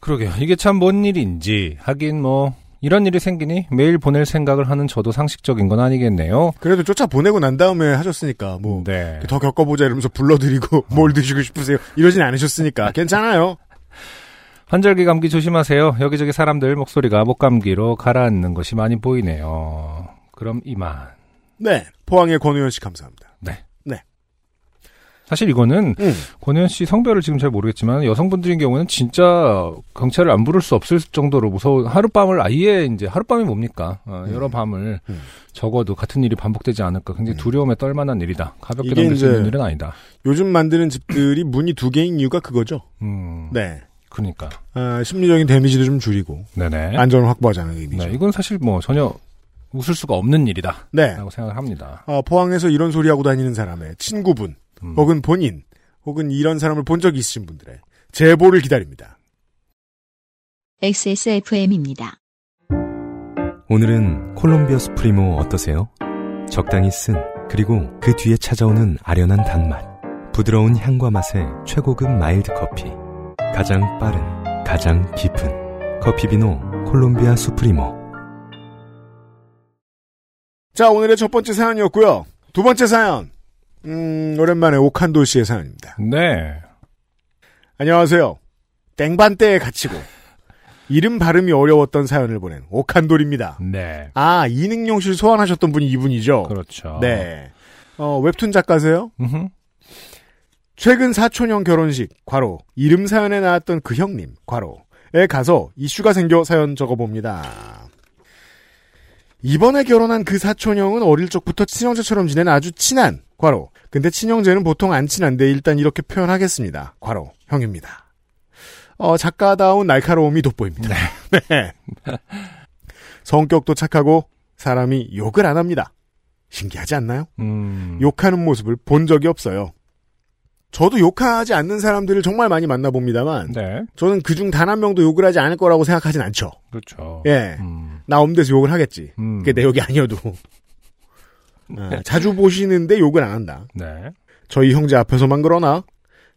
Speaker 2: 그러게요. 이게 참 뭔 일인지. 하긴 뭐, 이런 일이 생기니 매일 보낼 생각을 하는 저도 상식적인 건 아니겠네요.
Speaker 1: 그래도 쫓아 보내고 난 다음에 하셨으니까 뭐 더
Speaker 2: 네.
Speaker 1: 겪어보자 이러면서 불러드리고 뭘 드시고 싶으세요 이러진 않으셨으니까 괜찮아요
Speaker 2: 환절기 감기 조심하세요. 여기저기 사람들 목소리가 목감기로 가라앉는 것이 많이 보이네요. 그럼 이만.
Speaker 1: 네 포항의 권우현 씨 감사합니다
Speaker 2: 사실 이거는
Speaker 1: 음.
Speaker 2: 권현 씨 성별을 지금 잘 모르겠지만 여성분들인 경우는 진짜 경찰을 안 부를 수 없을 정도로 무서운 하룻밤을 아예 이제 하룻밤이 뭡니까? 어, 여러 밤을
Speaker 1: 음.
Speaker 2: 적어도 같은 일이 반복되지 않을까 굉장히 두려움에 떨만한 일이다. 가볍게
Speaker 1: 네. 이게
Speaker 2: 넘길 수
Speaker 1: 이제-
Speaker 2: 있는 일은 아니다.
Speaker 1: 요즘 만드는 집들이 문이 두 개인 이유가 그거죠
Speaker 2: 음,
Speaker 1: 네
Speaker 2: 그러니까.
Speaker 1: 아, 심리적인 데미지도 좀 줄이고
Speaker 2: 네네.
Speaker 1: 안전을 확보하자는 의미죠.
Speaker 2: 네, 이건 사실 뭐 전혀 웃을 수가 없는 일이다.
Speaker 1: 네.
Speaker 2: 라고 생각을 합니다.
Speaker 1: 아, 포항에서 이런 소리 하고 다니는 사람의 친구분,
Speaker 2: 음.
Speaker 1: 혹은 본인, 혹은 이런 사람을 본 적이 있으신 분들의 제보를 기다립니다.
Speaker 3: XSFM입니다.
Speaker 4: 오늘은 콜롬비아 수프리모 어떠세요? 적당히 쓴 그리고 그 뒤에 찾아오는 아련한 단맛 부드러운 향과 맛의 최고급 마일드 커피 가장 빠른 가장 깊은 커피비노 콜롬비아 수프리모
Speaker 1: 자, 오늘의 첫 번째 사연이었고요. 두 번째 사연. 음, 오랜만에 옥한도 씨의 사연입니다.
Speaker 2: 네.
Speaker 1: 안녕하세요. 땡반대에 갇히고 이름 발음이 어려웠던 사연을 보낸 옥한돌입니다.
Speaker 2: 네.
Speaker 1: 아, 이능용실 소환하셨던 분이 이분이죠.
Speaker 2: 그렇죠.
Speaker 1: 어, 네. 어, 웹툰 작가세요?
Speaker 2: 음흠.
Speaker 1: 최근 사촌형 결혼식 과로 이름 사연에 나왔던 그 형님 과로에 가서 이슈가 생겨 사연 적어봅니다. 이번에 결혼한 그 사촌형은 어릴 적부터 친형제처럼 지낸 아주 친한 과로. 근데 친형제는 보통 안 친한데 일단 이렇게 표현하겠습니다. 과로 형입니다. 어, 작가다운 날카로움이 돋보입니다. 네. 성격도 착하고 사람이 욕을 안 합니다. 신기하지 않나요?
Speaker 2: 음.
Speaker 1: 욕하는 모습을 본 적이 없어요. 저도 욕하지 않는 사람들을 정말 많이 만나봅니다만,
Speaker 2: 네.
Speaker 1: 저는 그중 단 한 명도 욕을 하지 않을 거라고 생각하진 않죠.
Speaker 2: 그렇죠.
Speaker 1: 예.
Speaker 2: 음.
Speaker 1: 나 엄대서 욕을 하겠지.
Speaker 2: 음.
Speaker 1: 그게 내 욕이 아니어도. 아, 자주 보시는데 욕을 안 한다.
Speaker 2: 네.
Speaker 1: 저희 형제 앞에서만 그러나,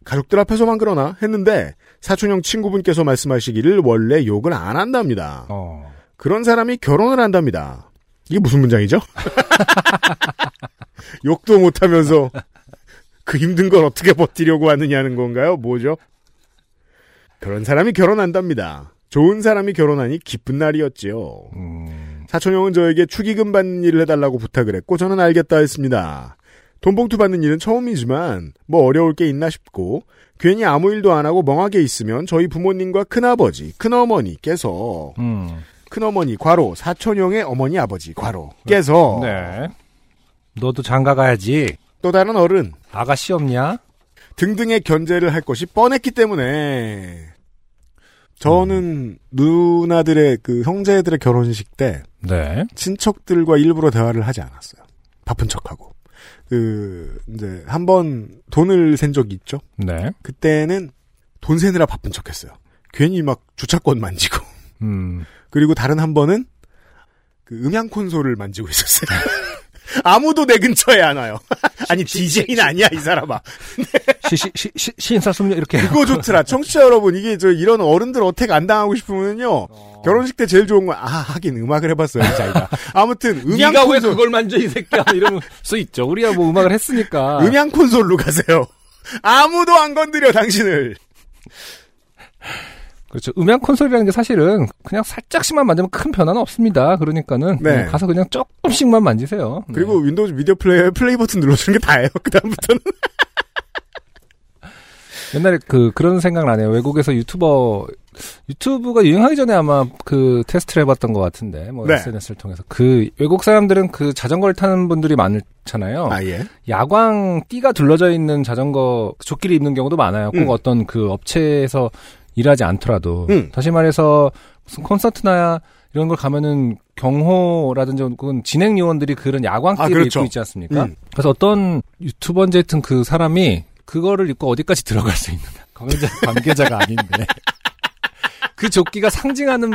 Speaker 1: 가족들 앞에서만 그러나 했는데, 사촌형 친구분께서 말씀하시기를 원래 욕을 안 한답니다.
Speaker 2: 어.
Speaker 1: 그런 사람이 결혼을 한답니다. 이게 무슨 문장이죠? 욕도 못하면서 그 힘든 걸 어떻게 버티려고 하느냐는 건가요? 뭐죠? 그런 사람이 결혼한답니다. 좋은 사람이 결혼하니 기쁜 날이었지요.
Speaker 2: 음.
Speaker 1: 사촌형은 저에게 축의금 받는 일을 해달라고 부탁을 했고 저는 알겠다 했습니다. 돈봉투 받는 일은 처음이지만 뭐 어려울 게 있나 싶고 괜히 아무 일도 안 하고 멍하게 있으면 저희 부모님과 큰아버지, 큰어머니께서
Speaker 2: 음.
Speaker 1: 큰어머니 과로 사촌형의 어머니 아버지 과로께서
Speaker 2: 네. 너도 장가 가야지.
Speaker 1: 또 다른 어른
Speaker 2: 아가씨 없냐?
Speaker 1: 등등의 견제를 할 것이 뻔했기 때문에 저는 누나들의 그 형제들의 결혼식 때
Speaker 2: 네.
Speaker 1: 친척들과 일부러 대화를 하지 않았어요. 바쁜 척하고 그 이제 한 번 돈을 센 적이 있죠.
Speaker 2: 네.
Speaker 1: 그때는 돈 세느라 바쁜 척했어요. 괜히 막 주차권 만지고
Speaker 2: 음.
Speaker 1: 그리고 다른 한 번은 그 음향 콘솔을 만지고 있었어요. 아무도 내 근처에 안 와요. 아니 DJ는 아니야 이 사람아.
Speaker 2: 시, 시, 시, 시, 신사숙녀 이렇게.
Speaker 1: 그거 좋더라. 청취자 여러분 이게 저 이런 어른들 어택 안 당하고 싶으면요
Speaker 2: 어.
Speaker 1: 결혼식 때 제일 좋은 건 아 하긴 음악을 해봤어요 자기가. 아무튼 음향
Speaker 2: 네가 왜
Speaker 1: 콘솔
Speaker 2: 그걸 만져 이 새끼야 뭐 이러면 수 있죠. 우리야 뭐 음악을 했으니까.
Speaker 1: 음향 콘솔로 가세요. 아무도 안 건드려 당신을.
Speaker 2: 그렇죠. 음향 콘솔이라는 게 사실은 그냥 살짝씩만 만지면 큰 변화는 없습니다. 그러니까는
Speaker 1: 네.
Speaker 2: 음, 가서 그냥 조금씩만 만지세요. 네.
Speaker 1: 그리고 윈도우즈 미디어 플레이어에 플레이 버튼 눌러주는 게 다예요. 그다음부터는
Speaker 2: 옛날에 그 그런 생각 나네요. 외국에서 유튜버 유튜브가 유행하기 전에 아마 그 테스트를 해봤던 것 같은데 뭐
Speaker 1: 네.
Speaker 2: SNS를 통해서 그 외국 사람들은 그 자전거를 타는 분들이 많잖아요.
Speaker 1: 아, 예.
Speaker 2: 야광 띠가 둘러져 있는 자전거 조끼를 입는 경우도 많아요. 꼭
Speaker 1: 음.
Speaker 2: 어떤 그 업체에서 일하지 않더라도
Speaker 1: 음.
Speaker 2: 다시 말해서 무슨 콘서트나 이런 걸 가면은 경호라든지 혹은 진행 요원들이 그런 야광
Speaker 1: 아,
Speaker 2: 띠를
Speaker 1: 그렇죠.
Speaker 2: 입고 있지 않습니까?
Speaker 1: 음.
Speaker 2: 그래서 어떤 유튜버인지 하여튼 그 사람이 그거를 입고 어디까지 들어갈 수 있는 관계자, 관계자가 아닌데 그 조끼가 상징하는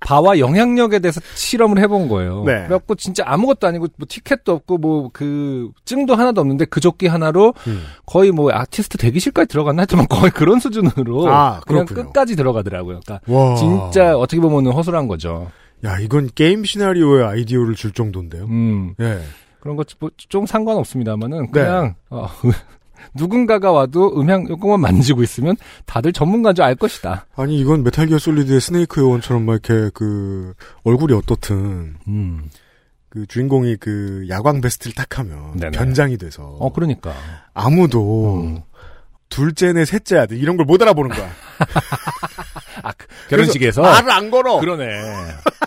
Speaker 2: 바와 영향력에 대해서 실험을 해본 거예요.
Speaker 1: 네.
Speaker 2: 그래갖고 진짜 아무것도 아니고 뭐 티켓도 없고 뭐 그 증도 하나도 없는데 그 조끼 하나로
Speaker 1: 음.
Speaker 2: 거의 뭐 아티스트 대기실까지 들어갔나 했지만 거의 그런 수준으로
Speaker 1: 아,
Speaker 2: 그냥
Speaker 1: 그렇군요.
Speaker 2: 끝까지 들어가더라고요. 그러니까
Speaker 1: 와.
Speaker 2: 진짜 어떻게 보면은 허술한 거죠.
Speaker 1: 야, 이건 게임 시나리오의 아이디어를 줄 정도인데요.
Speaker 2: 음.
Speaker 1: 예.
Speaker 2: 그런 거 좀 상관없습니다만은 그냥 어, 누군가가 와도 음향 요금만 만지고 있으면 다들 전문가인 줄 알 것이다.
Speaker 1: 아니, 이건 메탈 기어 솔리드의 스네이크 요원처럼 막 이렇게 그, 얼굴이 어떻든,
Speaker 2: 음.
Speaker 1: 그 주인공이 그 야광 베스트를 딱 하면
Speaker 2: 네네.
Speaker 1: 변장이 돼서
Speaker 2: 어 그러니까.
Speaker 1: 아무도
Speaker 2: 음.
Speaker 1: 둘째네 셋째 아들 이런 걸 못 알아보는 거야.
Speaker 2: 아 그- 결혼식에서 아,
Speaker 1: 그래서 말을 안 걸어.
Speaker 2: 그러네.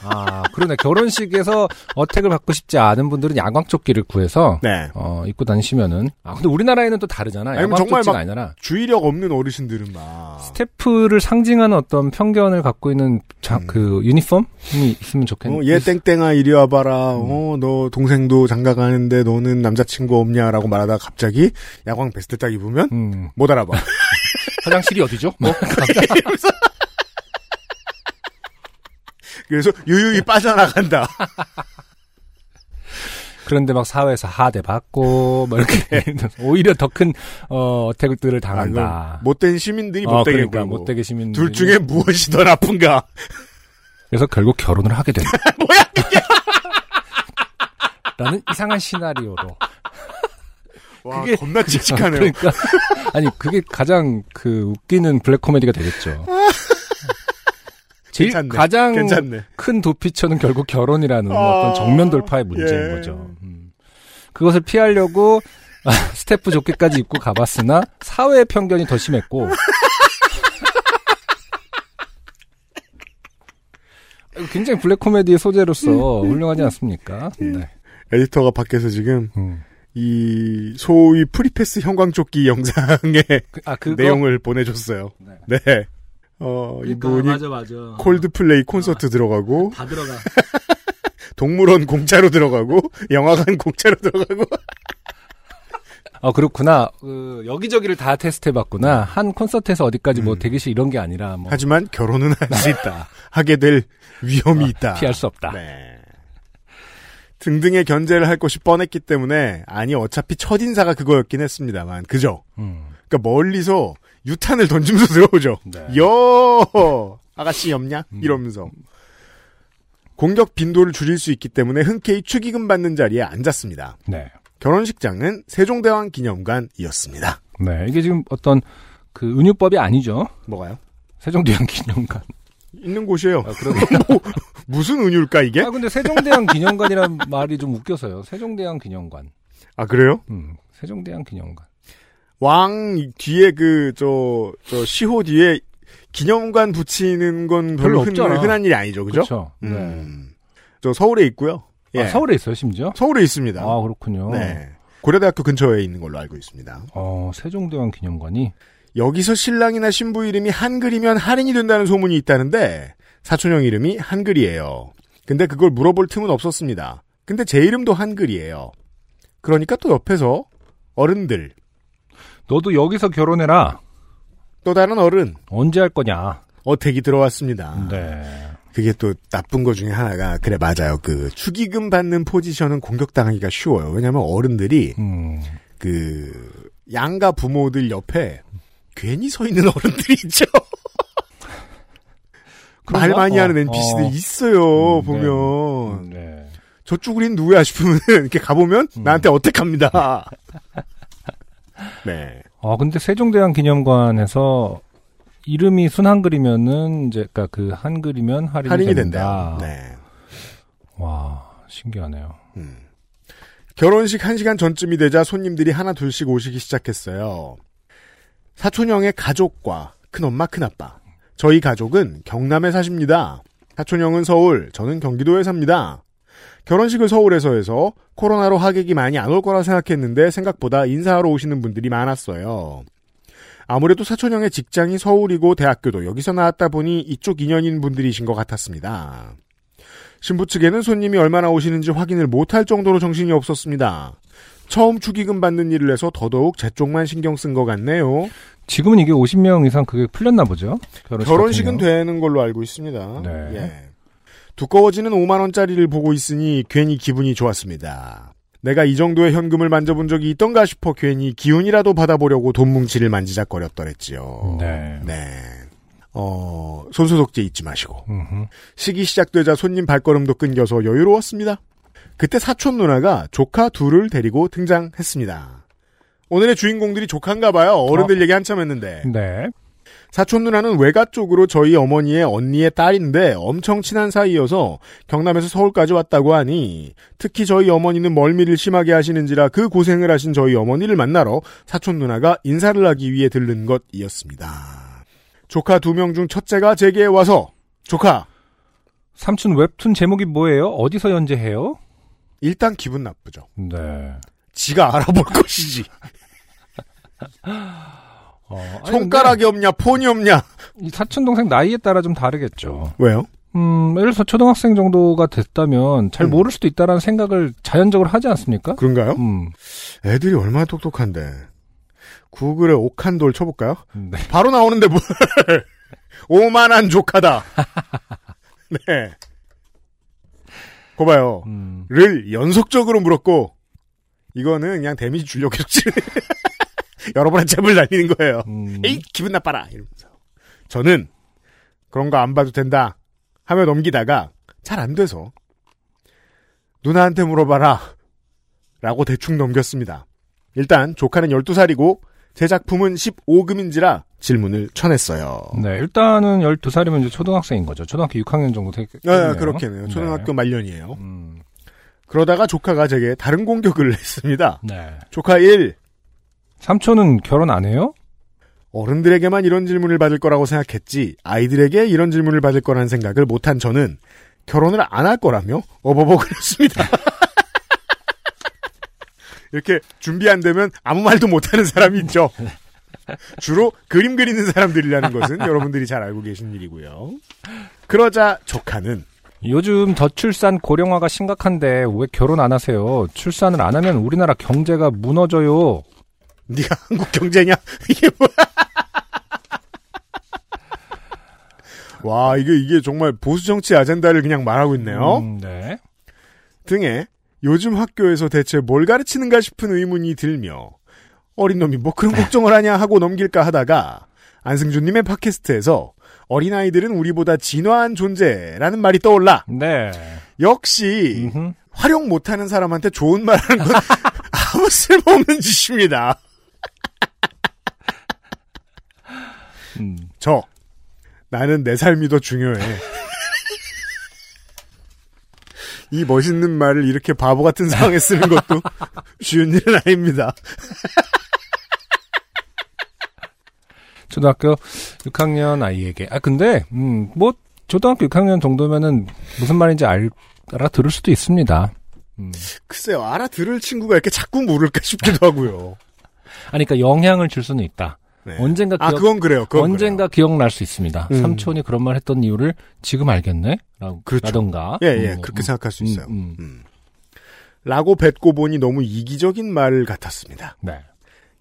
Speaker 2: 아 그러네. 결혼식에서 어택을 받고 싶지 않은 분들은 야광 조끼를 구해서
Speaker 1: 네.
Speaker 2: 어 입고 다니시면은 아 근데 우리나라에는 또 다르잖아.
Speaker 1: 아니,
Speaker 2: 야광
Speaker 1: 정말
Speaker 2: 조끼가
Speaker 1: 막-
Speaker 2: 아니라
Speaker 1: 주의력 없는 어르신들은 막
Speaker 2: 스태프를 상징하는 어떤 편견을 갖고 있는 자,
Speaker 1: 음.
Speaker 2: 그 유니폼이 있으면 좋겠네.
Speaker 1: 어, 얘 땡땡아 이리 와봐라. 어,
Speaker 2: 음.
Speaker 1: 너 동생도 장가 가는데 너는 남자친구 없냐라고 말하다가 갑자기 야광 베스트 딱 입으면
Speaker 2: 음.
Speaker 1: 못 알아봐.
Speaker 2: 화장실이 어디죠?
Speaker 1: 그래서
Speaker 2: 네.
Speaker 1: 유유히 빠져나간다.
Speaker 2: 그런데 막 사회에서 하대 받고 뭐 이렇게
Speaker 1: 네.
Speaker 2: 오히려 더 큰 어, 어택들을
Speaker 1: 아, 이건
Speaker 2: 당한다.
Speaker 1: 못된 시민들이
Speaker 2: 어,
Speaker 1: 못되게
Speaker 2: 그러니까
Speaker 1: 굴고.
Speaker 2: 못되게 시민
Speaker 1: 둘 중에 무엇이 더 나쁜가?
Speaker 2: 그래서 결국 결혼을 하게 된다. 라는 이상한 시나리오로.
Speaker 1: 와,
Speaker 2: 그게-
Speaker 1: 겁나 칙칙하네요.
Speaker 2: 그러니까 아니 그게 가장 그 웃기는 블랙 코미디가 되겠죠. 제일
Speaker 1: 괜찮네.
Speaker 2: 가장
Speaker 1: 괜찮네.
Speaker 2: 큰 도피처는 결국 결혼이라는
Speaker 1: 아,
Speaker 2: 어떤 정면 돌파의 문제인
Speaker 1: 예.
Speaker 2: 거죠. 음. 그것을 피하려고 아, 스태프 조끼까지 입고 가봤으나 사회의 편견이 더 심했고. 굉장히 블랙 코미디의 소재로서 훌륭하지 않습니까?
Speaker 1: 예.
Speaker 2: 네.
Speaker 1: 에디터가 밖에서 지금
Speaker 2: 음.
Speaker 1: 이 소위 프리패스 형광조끼 영상의
Speaker 2: 그- 아, 그거?
Speaker 1: 내용을 보내줬어요. 네. 어, 이분이
Speaker 2: 맞아.
Speaker 1: 콜드플레이 콘서트 들어가고
Speaker 2: 다 들어가.
Speaker 1: 동물원 공짜로 들어가고 영화관 공짜로 들어가고
Speaker 2: 아, 그렇구나. 그, 여기저기를 다 테스트해봤구나. 한 콘서트에서 어디까지 뭐 대기실 이런 게 아니라 뭐
Speaker 1: 음. 하지만 결혼은 할 수 있다. 하게 될 위험이 있다.
Speaker 2: 피할 수 없다.
Speaker 1: 네. 등등의 견제를 할 것이 뻔했기 때문에 아니 어차피 첫 인사가 그거였긴 했습니다만 그죠?
Speaker 2: 음.
Speaker 1: 그러니까 멀리서 유탄을 던지면서 들어오죠.
Speaker 2: 네.
Speaker 1: 여 아가씨 없냐?
Speaker 2: 음.
Speaker 1: 이러면서 공격 빈도를 줄일 수 있기 때문에 흔쾌히 축의금 받는 자리에 앉았습니다.
Speaker 2: 네.
Speaker 1: 결혼식장은 세종대왕 기념관이었습니다.
Speaker 2: 네, 이게 지금 어떤 그 은유법이 아니죠.
Speaker 1: 뭐가요?
Speaker 2: 세종대왕 기념관.
Speaker 1: 있는 곳이에요.
Speaker 2: 아, 그러게.
Speaker 1: 뭐, 무슨 은유일까 이게?
Speaker 2: 아, 근데 세종대왕 기념관이란 말이 좀 웃겨서요. 세종대왕 기념관.
Speaker 1: 아 그래요?
Speaker 2: 음, 세종대왕 기념관.
Speaker 1: 왕 뒤에 그 저 저 시호 뒤에 기념관 붙이는 건
Speaker 2: 별로
Speaker 1: 별로, 흔,
Speaker 2: 없잖아.
Speaker 1: 흔한 일이 아니죠, 그죠?
Speaker 2: 그렇죠. 네.
Speaker 1: 음. 저 서울에 있고요. 예.
Speaker 2: 아, 서울에 있어요, 심지어?
Speaker 1: 서울에 있습니다.
Speaker 2: 아, 그렇군요.
Speaker 1: 네. 고려대학교 근처에 있는 걸로 알고 있습니다.
Speaker 2: 어, 세종대왕 기념관이.
Speaker 1: 여기서 신랑이나 신부 이름이 한글이면 할인이 된다는 소문이 있다는데 사촌형 이름이 한글이에요. 근데 그걸 물어볼 틈은 없었습니다. 근데 제 이름도 한글이에요. 그러니까 또 옆에서 어른들
Speaker 2: 너도 여기서 결혼해라.
Speaker 1: 또 다른 어른
Speaker 2: 언제 할 거냐.
Speaker 1: 어택이 들어왔습니다.
Speaker 2: 네.
Speaker 1: 그게 또 나쁜 거 중에 하나가 그래 맞아요. 그 축의금 받는 포지션은 공격당하기가 쉬워요. 왜냐하면 어른들이
Speaker 2: 음.
Speaker 1: 그 양가 부모들 옆에 괜히 서 있는 어른들이 있죠.
Speaker 2: 그런가?
Speaker 1: 말 많이 하는
Speaker 2: 어,
Speaker 1: NPC들
Speaker 2: 어.
Speaker 1: 있어요
Speaker 2: 음,
Speaker 1: 보면
Speaker 2: 네.
Speaker 1: 저쪽 우린 누구야 싶으면 이렇게 가보면
Speaker 2: 음.
Speaker 1: 나한테 어택합니다. 네.
Speaker 2: 아, 근데 세종대왕 기념관에서 이름이 순한글이면은 이제 그러니까 그 한글이면 할인이,
Speaker 1: 할인이
Speaker 2: 된다.
Speaker 1: 된대요. 네.
Speaker 2: 와, 신기하네요.
Speaker 1: 음. 결혼식 1시간 전쯤이 되자 손님들이 하나 둘씩 오시기 시작했어요. 사촌형의 가족과 큰엄마 큰아빠 저희 가족은 경남에 사십니다. 사촌 형은 서울, 저는 경기도에 삽니다. 결혼식을 서울에서 해서 코로나로 하객이 많이 안 올 거라 생각했는데 생각보다 인사하러 오시는 분들이 많았어요. 아무래도 사촌 형의 직장이 서울이고 대학교도 여기서 나왔다 보니 이쪽 인연인 분들이신 것 같았습니다. 신부 측에는 손님이 얼마나 오시는지 확인을 못할 정도로 정신이 없었습니다. 처음 축의금 받는 일을 해서 더더욱 제 쪽만 신경 쓴 것 같네요.
Speaker 2: 지금은 이게 50명 이상 그게 풀렸나 보죠? 결혼식
Speaker 1: 결혼식은
Speaker 2: 같은
Speaker 1: 되는 걸로 알고 있습니다.
Speaker 2: 네.
Speaker 1: 예. 두꺼워지는 5만 원짜리를 보고 있으니 괜히 기분이 좋았습니다. 내가 이 정도의 현금을 만져본 적이 있던가 싶어 괜히 기운이라도 받아보려고 돈 뭉치를 만지작거렸더랬지요.
Speaker 2: 경우. 네.
Speaker 1: 네. 어, 손소독제 잊지 마시고.
Speaker 2: 음흠.
Speaker 1: 식이 시작되자 손님 발걸음도 끊겨서 여유로웠습니다. 그때 사촌 누나가 조카 둘을 데리고 등장했습니다. 오늘의 주인공들이 조카인가 봐요. 어른들 얘기 한참 했는데.
Speaker 2: 네.
Speaker 1: 사촌 누나는 외가 쪽으로 저희 어머니의 언니의 딸인데 엄청 친한 사이여서 경남에서 서울까지 왔다고 하니 특히 저희 어머니는 멀미를 심하게 하시는지라 그 고생을 하신 저희 어머니를 만나러 사촌 누나가 인사를 하기 위해 들른 것이었습니다. 조카 두 명 중 첫째가 제게 와서 조카
Speaker 2: 삼촌 웹툰 제목이 뭐예요? 어디서 연재해요?
Speaker 1: 일단 기분 나쁘죠.
Speaker 2: 네.
Speaker 1: 지가 알아볼 것이지.
Speaker 2: 어, 아니,
Speaker 1: 손가락이 없냐 폰이 없냐.
Speaker 2: 근데 이 사촌 동생 나이에 따라 좀 다르겠죠.
Speaker 1: 왜요?
Speaker 2: 음, 예를 들어서 초등학생 정도가 됐다면 잘
Speaker 1: 음.
Speaker 2: 모를 수도 있다라는 생각을 자연적으로 하지 않습니까?
Speaker 1: 그런가요?
Speaker 2: 음.
Speaker 1: 애들이 얼마나 똑똑한데. 구글에 옥한돌 쳐볼까요?
Speaker 2: 네.
Speaker 1: 바로 나오는데 뭘. 오만한 조카다. 네. 고봐요.
Speaker 2: 음.
Speaker 1: 를 연속적으로 물었고, 이거는 그냥 데미지 주려고 했지. 여러 번 한참을 날리는 거예요.
Speaker 2: 음.
Speaker 1: 에이, 기분 나빠라. 이러면서. 저는 그런 거 안 봐도 된다. 하며 넘기다가 잘 안 돼서 누나한테 물어봐라. 라고 대충 넘겼습니다. 일단 조카는 12살이고 제 작품은 15금인지라 질문을 쳐냈어요.
Speaker 2: 네, 일단은 12살이면 이제 초등학생인 거죠. 초등학교 6학년 정도 되겠
Speaker 1: 네, 그렇겠네요. 초등학교 말년이에요.
Speaker 2: 네. 음,
Speaker 1: 그러다가 조카가 제게 다른 공격을 했습니다.
Speaker 2: 네.
Speaker 1: 조카 1.
Speaker 2: 삼촌은 결혼 안 해요?
Speaker 1: 어른들에게만 이런 질문을 받을 거라고 생각했지 아이들에게 이런 질문을 받을 거라는 생각을 못한 저는 결혼을 안 할 거라며 어버버그랬습니다. 이렇게 준비 안 되면 아무 말도 못하는 사람이 있죠. 주로 그림 그리는 사람들이라는 것은 여러분들이 잘 알고 계신 일이고요. 그러자 조카는
Speaker 2: 요즘 저출산 고령화가 심각한데 왜 결혼 안 하세요? 출산을 안 하면 우리나라 경제가 무너져요.
Speaker 1: 네가 한국 경제냐 이게 뭐야? 와 이게 이게 정말 보수 정치 아젠다를 그냥 말하고 있네요.
Speaker 2: 음, 네.
Speaker 1: 등에 요즘 학교에서 대체 뭘 가르치는가 싶은 의문이 들며 어린 놈이 뭐 그런 걱정을 하냐 하고 넘길까 하다가 안승준님의 팟캐스트에서 어린아이들은 우리보다 진화한 존재라는 말이 떠올라
Speaker 2: 네.
Speaker 1: 역시
Speaker 2: 음흠.
Speaker 1: 활용 못하는 사람한테 좋은 말 하는 건 아무 쓸모없는 짓입니다.
Speaker 2: 음.
Speaker 1: 저 나는 내 삶이 더 중요해. 이 멋있는 말을 이렇게 바보 같은 상황에 쓰는 것도 쉬운 일은 아닙니다.
Speaker 2: 초등학교 6학년 아이에게. 아, 근데, 음, 뭐, 초등학교 6학년 정도면은 무슨 말인지 알, 알아들을 수도 있습니다. 음.
Speaker 1: 글쎄요, 알아들을 친구가 이렇게 자꾸 물을까 싶기도 하고요.
Speaker 2: 아니, 그러니까 영향을 줄 수는 있다.
Speaker 1: 네.
Speaker 2: 언젠가
Speaker 1: 아,
Speaker 2: 기억-
Speaker 1: 그건 그래요. 그건
Speaker 2: 언젠가 기억날 수 있습니다.
Speaker 1: 음.
Speaker 2: 삼촌이 그런 말 했던 이유를 지금 알겠네? 라고,
Speaker 1: 그렇죠.
Speaker 2: 라던가.
Speaker 1: 그래요. 예, 예,
Speaker 2: 음,
Speaker 1: 그렇게
Speaker 2: 음,
Speaker 1: 생각할 수
Speaker 2: 음,
Speaker 1: 있어요.
Speaker 2: 음.
Speaker 1: 음. 라고 뱉고 보니 너무 이기적인 말 같았습니다.
Speaker 2: 네.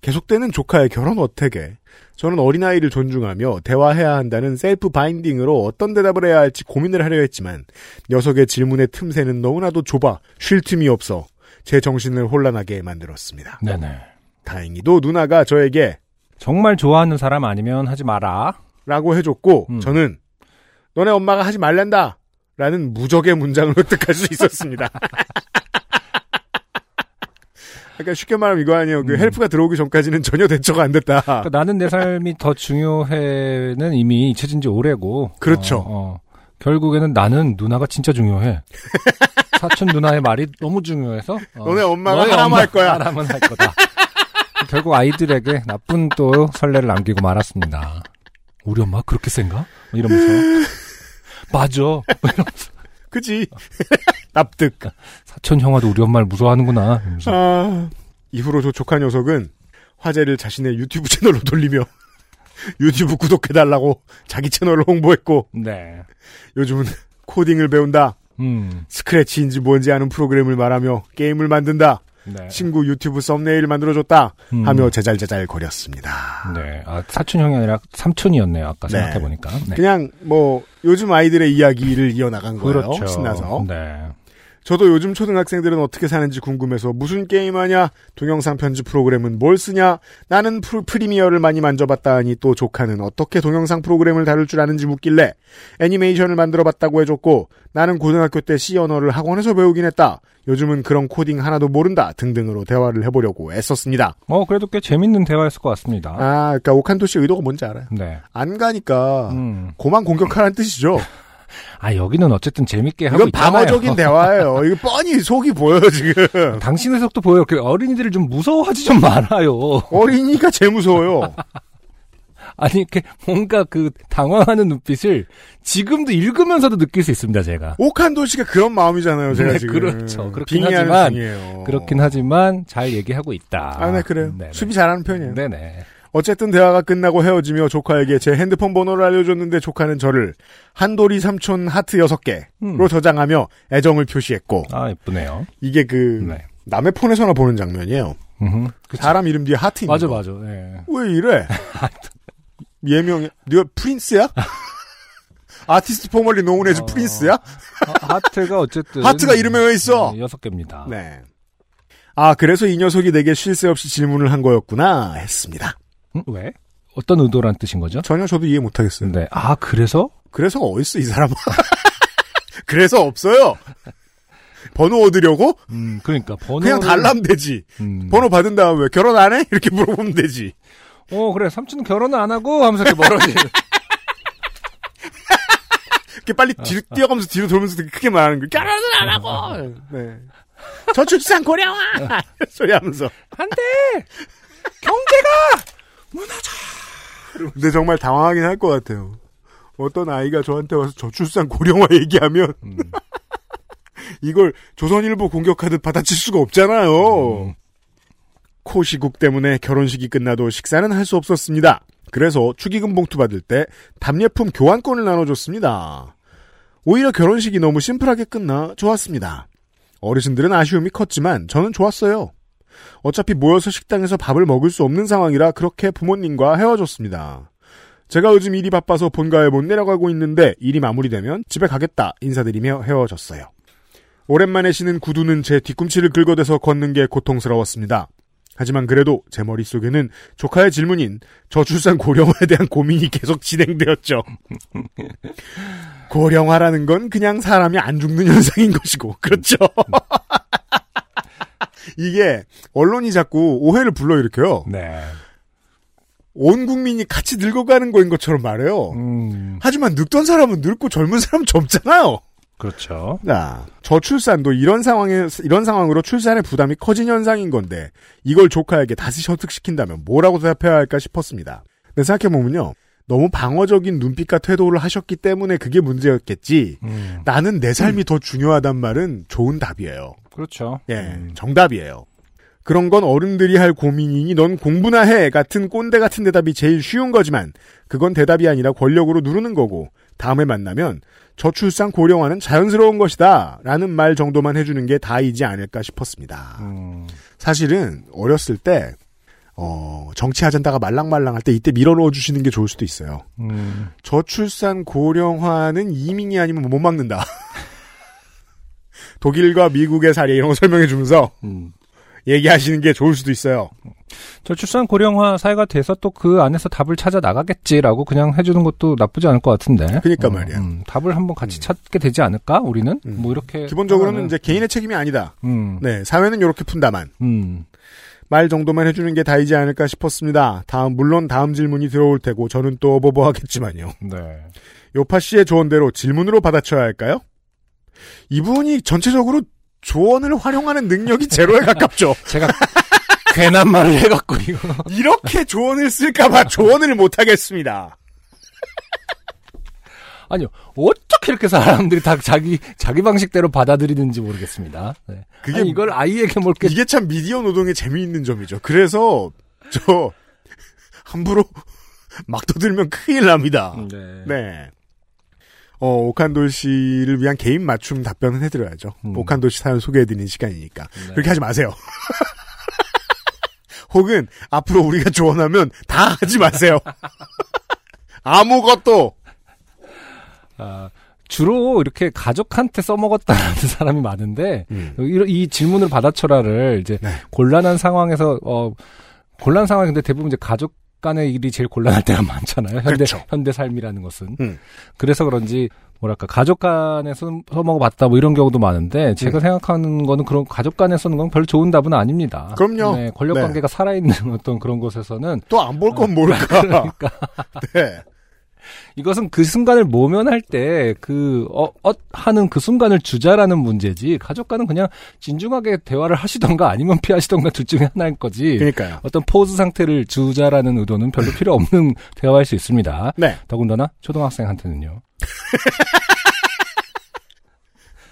Speaker 1: 계속되는 조카의 결혼 어택에 저는 어린아이를 존중하며 대화해야 한다는 셀프 바인딩으로 어떤 대답을 해야 할지 고민을 하려 했지만 녀석의 질문의 틈새는 너무나도 좁아 쉴 틈이 없어 제 정신을 혼란하게 만들었습니다.
Speaker 2: 네네.
Speaker 1: 다행히도 누나가 저에게
Speaker 2: 정말 좋아하는 사람 아니면 하지 마라.
Speaker 1: 라고 해줬고
Speaker 2: 음.
Speaker 1: 저는 너네 엄마가 하지 말란다 라는 무적의 문장을 획득할 수 있었습니다. 그러니까 쉽게 말하면 이거 아니에요. 그
Speaker 2: 음.
Speaker 1: 헬프가 들어오기 전까지는 전혀 대처가 안 됐다.
Speaker 2: 그러니까 나는 내 삶이 더 중요해는 이미 잊혀진 지 오래고.
Speaker 1: 그렇죠.
Speaker 2: 어, 어. 결국에는 나는 누나가 진짜 중요해. 사촌 누나의 말이 너무 중요해서. 어,
Speaker 1: 너네 엄마가
Speaker 2: 너의
Speaker 1: 하나만
Speaker 2: 엄마
Speaker 1: 할 거야.
Speaker 2: 하나만 할 거다. 결국 아이들에게 나쁜 또 설레를 남기고 말았습니다. 우리 엄마 그렇게 센가? 이러면서 맞아 이러면서
Speaker 1: 그지? 납득.
Speaker 2: 사촌 형아도 우리 엄마를 무서워하는구나 이러면서
Speaker 1: 아, 이후로 저 조카 녀석은 화제를 자신의 유튜브 채널로 돌리며 유튜브 구독해달라고 자기 채널을 홍보했고
Speaker 2: 네.
Speaker 1: 요즘은 코딩을 배운다.
Speaker 2: 음.
Speaker 1: 스크래치인지 뭔지 아는 프로그램을 말하며 게임을 만든다.
Speaker 2: 네.
Speaker 1: 친구 유튜브 썸네일을 만들어줬다.
Speaker 2: 음.
Speaker 1: 하며 제잘제잘 거렸습니다.
Speaker 2: 네. 아, 사촌 형이 아니라 삼촌이었네요. 아까
Speaker 1: 네.
Speaker 2: 생각해 보니까. 네.
Speaker 1: 그냥 뭐 요즘 아이들의 이야기를 이어나간 거예요.
Speaker 2: 그렇죠.
Speaker 1: 신나서.
Speaker 2: 네.
Speaker 1: 저도 요즘 초등학생들은 어떻게 사는지 궁금해서 무슨 게임하냐, 동영상 편집 프로그램은 뭘 쓰냐, 나는 프리미어를 많이 만져봤다 하니 또 조카는 어떻게 동영상 프로그램을 다룰 줄 아는지 묻길래 애니메이션을 만들어봤다고 해줬고 나는 고등학교 때 C 언어를 학원에서 배우긴 했다. 요즘은 그런 코딩 하나도 모른다 등등으로 대화를 해보려고 애썼습니다.
Speaker 2: 어, 그래도 꽤 재밌는 대화였을 것 같습니다.
Speaker 1: 아, 그러니까 오칸토 씨 의도가 뭔지 알아요.
Speaker 2: 네.
Speaker 1: 안 가니까
Speaker 2: 음.
Speaker 1: 고만 공격하라는 뜻이죠.
Speaker 2: 아, 여기는 어쨌든 재밌게 하고
Speaker 1: 이건
Speaker 2: 네, 있잖아요.
Speaker 1: 방어적인 대화예요. 이거 뻔히 속이 보여요 지금.
Speaker 2: 당신의 속도 보여요. 그 어린이들을 좀 무서워하지 좀 말아요.
Speaker 1: 어린이가 제일 무서워요.
Speaker 2: 아니, 이렇게 뭔가 그 당황하는 눈빛을 지금도 읽으면서도 느낄 수 있습니다, 제가.
Speaker 1: 오칸도 씨가 그런 마음이잖아요, 제가
Speaker 2: 네,
Speaker 1: 지금.
Speaker 2: 그렇죠. 그렇긴
Speaker 1: 빙의하는
Speaker 2: 하지만,
Speaker 1: 중이에요.
Speaker 2: 그렇긴 하지만 잘 얘기하고 있다.
Speaker 1: 어. 아, 네, 그래요.
Speaker 2: 네네.
Speaker 1: 수비 잘하는 편이에요.
Speaker 2: 네네.
Speaker 1: 어쨌든 대화가 끝나고 헤어지며 조카에게 제 핸드폰 번호를 알려줬는데 조카는 저를 한돌이 삼촌 하트 6개로
Speaker 2: 음.
Speaker 1: 저장하며 애정을 표시했고,
Speaker 2: 아, 예쁘네요.
Speaker 1: 이게 그,
Speaker 2: 네.
Speaker 1: 남의 폰에서나 보는 장면이에요.
Speaker 2: 음흠.
Speaker 1: 사람 이름 뒤에 하트 있는
Speaker 2: 맞아,
Speaker 1: 거.
Speaker 2: 맞아. 예.
Speaker 1: 왜 이래? 예명이, 네가 프린스야? 아티스트 포멀리 노은에서
Speaker 2: 어. 그
Speaker 1: 프린스야?
Speaker 2: 하- 하트가 어쨌든
Speaker 1: 하트가 이름에 왜 있어?
Speaker 2: 네, 여섯 개입니다.
Speaker 1: 네. 아, 그래서 이 녀석이 내게 쉴 새 없이 질문을 한 거였구나 했습니다.
Speaker 2: 음, 왜? 어떤 의도란 뜻인 거죠?
Speaker 1: 전혀 저도 이해 못 하겠어요.
Speaker 2: 네. 아 그래서
Speaker 1: 그래서 어딨어, 이 사람아. 그래서 없어요. 번호 얻으려고?
Speaker 2: 음 그러니까 번호
Speaker 1: 그냥 달라면 되지.
Speaker 2: 음.
Speaker 1: 번호 받은 다음에 왜 결혼 안 해? 이렇게 물어보면 되지.
Speaker 2: 어 그래 삼촌은 결혼을 안 하고 하면서 이렇게 멀어지.
Speaker 1: 이렇게 빨리 뒤로 뛰어가면서 뒤로 돌면서 되게 크게 말하는 거. 결혼을 안 하고! 네. 저출산 고령화! 소리 하면서.
Speaker 2: 안돼.
Speaker 1: 근데 정말 당황하긴 할 것 같아요. 어떤 아이가 저한테 와서 저출산 고령화 얘기하면 이걸 조선일보 공격하듯 받아칠 수가 없잖아요. 코 시국 때문에 결혼식이 끝나도 식사는 할 수 없었습니다. 그래서 축의금 봉투 받을 때 답례품 교환권을 나눠줬습니다. 오히려 결혼식이 너무 심플하게 끝나 좋았습니다. 어르신들은 아쉬움이 컸지만 저는 좋았어요. 어차피 모여서 식당에서 밥을 먹을 수 없는 상황이라 그렇게 부모님과 헤어졌습니다. 제가 요즘 일이 바빠서 본가에 못 내려가고 있는데 일이 마무리되면 집에 가겠다 인사드리며 헤어졌어요. 오랜만에 신은 구두는 제 뒤꿈치를 긁어대서 걷는 게 고통스러웠습니다. 하지만 그래도 제 머릿속에는 조카의 질문인 저출산 고령화에 대한 고민이 계속 진행되었죠. 고령화라는 건 그냥 사람이 안 죽는 현상인 것이고, 그렇죠. 이게 언론이 자꾸 오해를 불러일으켜요.
Speaker 2: 네.
Speaker 1: 온 국민이 같이 늙어가는 거인 것처럼 말해요.
Speaker 2: 음
Speaker 1: 하지만 늙던 사람은 늙고 젊은 사람은 젊잖아요.
Speaker 2: 그렇죠.
Speaker 1: 자, 저출산도 이런 상황에 이런 상황으로 출산의 부담이 커진 현상인 건데 이걸 조카에게 다시 설득시킨다면 뭐라고 대답해야 할까 싶었습니다. 근데 생각해 보면요. 너무 방어적인 눈빛과 태도를 하셨기 때문에 그게 문제였겠지.
Speaker 2: 음
Speaker 1: 나는 내 삶이 더 중요하단 말은 좋은 답이에요.
Speaker 2: 그렇죠.
Speaker 1: 예,
Speaker 2: 음.
Speaker 1: 정답이에요. 그런 건 어른들이 할 고민이니 넌 공부나 해 같은 꼰대 같은 대답이 제일 쉬운 거지만 그건 대답이 아니라 권력으로 누르는 거고 다음에 만나면 저출산 고령화는 자연스러운 것이다 라는 말 정도만 해주는 게 다이지 않을까 싶었습니다.
Speaker 2: 음.
Speaker 1: 사실은 어렸을 때 어, 정치 아젠다가 말랑말랑할 때 이때 밀어넣어 주시는 게 좋을 수도 있어요.
Speaker 2: 음.
Speaker 1: 저출산 고령화는 이민이 아니면 못 막는다. 독일과 미국의 사례 이런 거 설명해 주면서
Speaker 2: 음.
Speaker 1: 얘기하시는 게 좋을 수도 있어요.
Speaker 2: 저출산 고령화 사회가 돼서 또 그 안에서 답을 찾아 나가겠지라고 그냥 해주는 것도 나쁘지 않을 것 같은데.
Speaker 1: 그러니까 말이야.
Speaker 2: 음, 답을 한번 같이 찾게 되지 않을까? 우리는
Speaker 1: 음.
Speaker 2: 뭐 이렇게
Speaker 1: 기본적으로는
Speaker 2: 생각하는-
Speaker 1: 이제 개인의 책임이 아니다.
Speaker 2: 음,
Speaker 1: 네, 사회는 이렇게 푼다만
Speaker 2: 음,
Speaker 1: 말 정도만 해주는 게 다이지 않을까 싶었습니다. 다음 물론 다음 질문이 들어올 테고 저는 또 버버하겠지만요.
Speaker 2: 네.
Speaker 1: 요파 씨의 조언대로 질문으로 받아쳐야 할까요? 이분이 전체적으로 조언을 활용하는 능력이 제로에 가깝죠.
Speaker 2: 제가 괜한 말을 해갖고 이거.
Speaker 1: 이렇게 조언을 쓸까봐 조언을 못하겠습니다.
Speaker 2: 아니요. 어떻게 이렇게 사람들이 다 자기 자기 방식대로 받아들이는지 모르겠습니다. 네.
Speaker 1: 그게
Speaker 2: 아니, 이걸 아이에게 뭘게
Speaker 1: 이게 참 미디어 노동의 재미있는 점이죠. 그래서 저 함부로 막 떠들면 큰일 납니다.
Speaker 2: 네.
Speaker 1: 네. 어, 오칸돌 씨를 위한 개인 맞춤 답변은 해드려야죠.
Speaker 2: 음.
Speaker 1: 오칸돌 씨 사연 소개해드리는 시간이니까.
Speaker 2: 네.
Speaker 1: 그렇게 하지 마세요. 혹은 앞으로 우리가 조언하면 다 하지 마세요. 아무것도
Speaker 2: 아, 주로 이렇게 가족한테 써먹었다는 사람이 많은데
Speaker 1: 음.
Speaker 2: 이런- 이, 질문을 받아쳐라를 이제
Speaker 1: 네.
Speaker 2: 곤란한 상황에서 어 곤란 상황이 근데 대부분 이제 가족 간의 일이 제일 곤란할 때가 많잖아요. 현대
Speaker 1: 그렇죠.
Speaker 2: 현대 삶이라는 것은
Speaker 1: 음.
Speaker 2: 그래서 그런지 뭐랄까 가족 간에 써, 써먹어봤다 뭐 이런 경우도 많은데 제가
Speaker 1: 음.
Speaker 2: 생각하는 거는 그런 가족 간에 쓰는 건 별 좋은 답은 아닙니다.
Speaker 1: 그럼요.
Speaker 2: 네, 권력
Speaker 1: 네.
Speaker 2: 관계가 살아있는 어떤 그런 곳에서는
Speaker 1: 또 안 볼 건 모를까.
Speaker 2: 그러니까.
Speaker 1: 네.
Speaker 2: 이것은 그 순간을 모면할 때, 그, 어, 엇 하는 그 순간을 주자라는 문제지, 가족과는 그냥 진중하게 대화를 하시던가 아니면 피하시던가 둘 중에 하나일 거지,
Speaker 1: 그러니까요.
Speaker 2: 어떤 포즈 상태를 주자라는 의도는 별로 필요 없는 대화일 수 있습니다.
Speaker 1: 네.
Speaker 2: 더군다나 초등학생한테는요.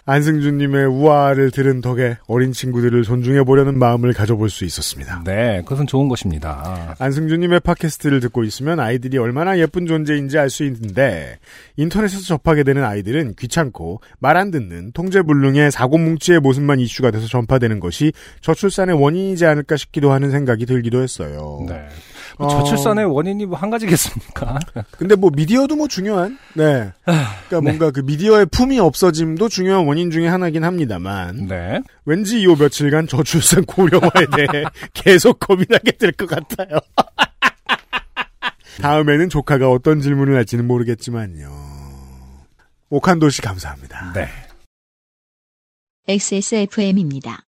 Speaker 1: 안승준님의 우아를 들은 덕에 어린 친구들을 존중해보려는 마음을 가져볼 수 있었습니다.
Speaker 2: 네, 그것은 좋은 것입니다.
Speaker 1: 안승준님의 팟캐스트를 듣고 있으면 아이들이 얼마나 예쁜 존재인지 알 수 있는데 인터넷에서 접하게 되는 아이들은 귀찮고 말 안 듣는 통제불능의 사고뭉치의 모습만 이슈가 돼서 전파되는 것이 저출산의 원인이지 않을까 싶기도 하는 생각이 들기도 했어요.
Speaker 2: 네. 뭐
Speaker 1: 어.
Speaker 2: 저출산의 원인이 뭐 한 가지겠습니까?
Speaker 1: 근데 뭐 미디어도 뭐 중요한 네.
Speaker 2: 아,
Speaker 1: 그러니까 뭔가 그 미디어의 품이 없어짐도 중요한 원인 중에 하나긴 합니다만
Speaker 2: 네.
Speaker 1: 왠지 요 며칠간 저출산 고령화에 대해 계속 고민하게 될 것 같아요. 다음에는 조카가 어떤 질문을 할지는 모르겠지만요. 오칸도 씨 감사합니다.
Speaker 2: 네.
Speaker 3: XSFM입니다.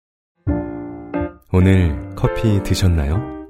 Speaker 4: 오늘 커피 드셨나요?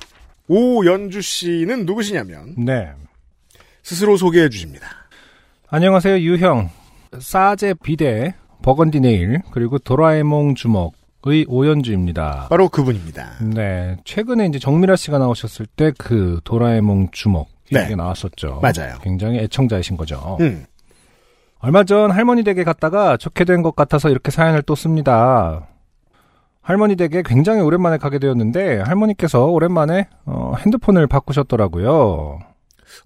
Speaker 1: 오연주 씨는 누구시냐면
Speaker 2: 네.
Speaker 1: 스스로 소개해 주십니다.
Speaker 2: 안녕하세요, 유형. 싸제 비대, 버건디 네일, 그리고 도라에몽 주먹의 오연주입니다.
Speaker 1: 바로 그분입니다.
Speaker 2: 네. 최근에 이제 정미라 씨가 나오셨을 때 그 도라에몽 주먹
Speaker 1: 네.
Speaker 2: 이게 나왔었죠.
Speaker 1: 맞아요.
Speaker 2: 굉장히 애청자이신 거죠.
Speaker 1: 음,
Speaker 2: 얼마 전 할머니 댁에 갔다가 좋게 된 것 같아서 이렇게 사연을 또 씁니다. 할머니 댁에 굉장히 오랜만에 가게 되었는데 할머니께서 오랜만에 어, 핸드폰을 바꾸셨더라고요.